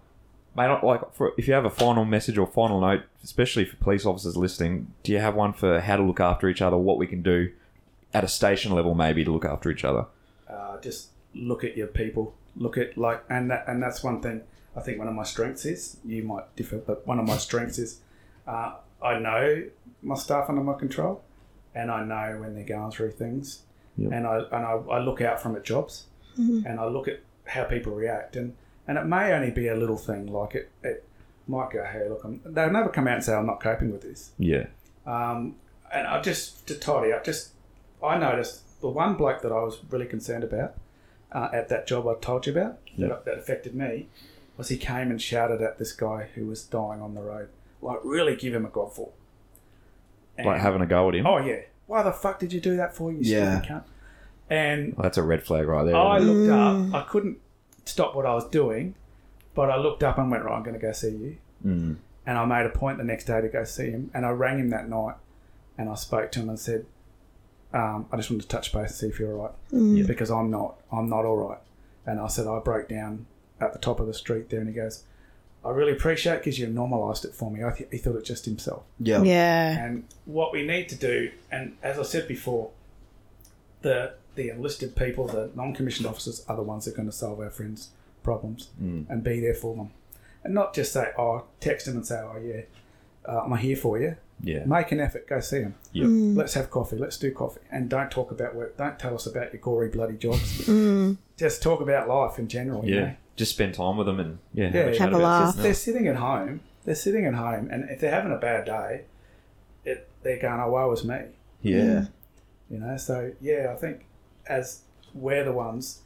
[SPEAKER 1] mate, I- like for, if you have a final message or final note, especially for police officers listening, do you have one for how to look after each other? What we can do at a station level, maybe to look after each other?
[SPEAKER 3] Uh, just look at your people. Look at like, and that, and that's one thing. I think one of my strengths is you might differ, but one of my strengths is uh, I know my staff under my control, and I know when they're going through things,
[SPEAKER 1] Yep.
[SPEAKER 3] and I and I, I look out from at jobs, and I look at how people react, and and it may only be a little thing like it. it might go, hey, look, I'm, they'll never come out and say I'm not coping with this.
[SPEAKER 1] Yeah,
[SPEAKER 3] Um, and I just to tidy up, just I noticed the one bloke that I was really concerned about uh, at that job I told you about that, that affected me was he came and shouted at this guy who was dying on the road, like really give him a oh, godful. And-
[SPEAKER 1] like having a go at him.
[SPEAKER 3] Oh yeah. Why the fuck did you do that for you,
[SPEAKER 2] Yeah.
[SPEAKER 3] stupid cunt? And
[SPEAKER 1] Well, that's a red flag right there.
[SPEAKER 3] Oh, I
[SPEAKER 1] isn't it?
[SPEAKER 3] looked up. I couldn't stop what I was doing, but I looked up and went, right, I'm going to go see you.
[SPEAKER 1] Mm.
[SPEAKER 3] And I made a point the next day to go see him. And I rang him that night and I spoke to him and said, um, I just wanted to touch base and see if you're all right. Because I'm not. I'm not all right. And I said, I broke down at the top of the street there. And he goes, I really appreciate it because you normalised it for me. I th- he thought it just himself.
[SPEAKER 2] Yeah.
[SPEAKER 4] Yeah.
[SPEAKER 3] And what we need to do, and as I said before, the the enlisted people, the non-commissioned officers, are the ones that are going to solve our friends' problems
[SPEAKER 1] Hmm.
[SPEAKER 3] and be there for them, and not just say, "Oh, text them and say, oh yeah, uh, I'm here for you."
[SPEAKER 1] Yeah.
[SPEAKER 3] Make an effort, go see them.
[SPEAKER 1] Yeah.
[SPEAKER 3] Let's have coffee. Let's do coffee, and don't talk about work. Don't tell us about your gory bloody jobs. Just talk about life in general. You know?
[SPEAKER 1] Yeah. Just spend time with them and yeah,
[SPEAKER 3] Yeah.
[SPEAKER 1] chat
[SPEAKER 4] Have a
[SPEAKER 1] about
[SPEAKER 4] laugh.
[SPEAKER 1] something
[SPEAKER 3] they're
[SPEAKER 1] else.
[SPEAKER 3] sitting at home. They're sitting at home, and if they're having a bad day, it, they're going, "Oh, woe is me."
[SPEAKER 1] Yeah.
[SPEAKER 3] You know, so yeah, I think as we're the ones,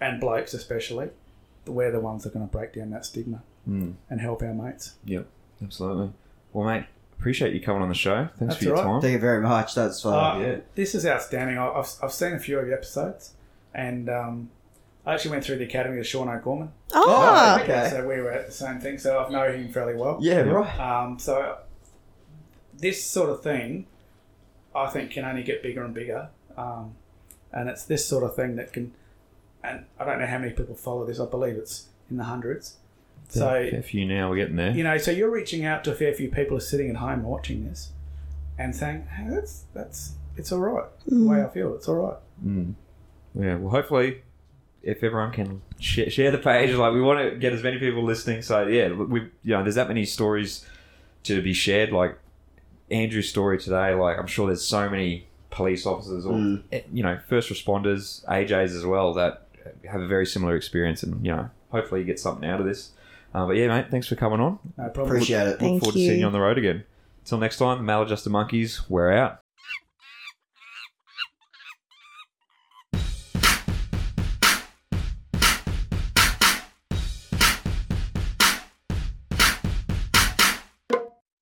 [SPEAKER 3] and blokes especially, we're the ones that are going to break down that stigma
[SPEAKER 1] Mm.
[SPEAKER 3] and help our mates.
[SPEAKER 1] Yep. Absolutely. Well, mate, appreciate you coming on the show. Thanks
[SPEAKER 3] That's
[SPEAKER 1] for your
[SPEAKER 3] all
[SPEAKER 1] time.
[SPEAKER 2] Thank you very much. That's uh,
[SPEAKER 3] Uh,
[SPEAKER 1] yeah.
[SPEAKER 3] This is outstanding. I- I've, I've seen a few of your episodes, and um, I actually went through the academy with Sean O'Gorman.
[SPEAKER 4] Oh,
[SPEAKER 2] Oh, Okay.
[SPEAKER 3] So we were at the same thing, so I've known him fairly well.
[SPEAKER 2] yeah, right.
[SPEAKER 3] Um, so this sort of thing, I think, can only get bigger and bigger. Um, and it's this sort of thing that can, and I don't know how many people follow this. I believe it's in the hundreds. So
[SPEAKER 1] Fair few now. We're getting there.
[SPEAKER 3] you know, so you're reaching out to a fair few people who are sitting at home watching this, and saying, "Hey, that's that's it's all right." The way I feel, it's all right.
[SPEAKER 1] Mm. Yeah. Well, hopefully, if everyone can sh- share the page, like we want to get as many people listening. So yeah, we you know there's that many stories to be shared. Like Andrew's story today. Like I'm sure there's so many police officers or
[SPEAKER 2] Mm.
[SPEAKER 1] eh, you know first responders, AJs as well that have a very similar experience, and you know hopefully you get something out of this. Uh, but yeah, mate, thanks for coming on.
[SPEAKER 3] No problem.
[SPEAKER 2] Appreciate it.
[SPEAKER 4] Thank
[SPEAKER 1] Look forward
[SPEAKER 4] you.
[SPEAKER 1] to seeing you on the road again. Till next time, the maladjusted monkeys, we're out.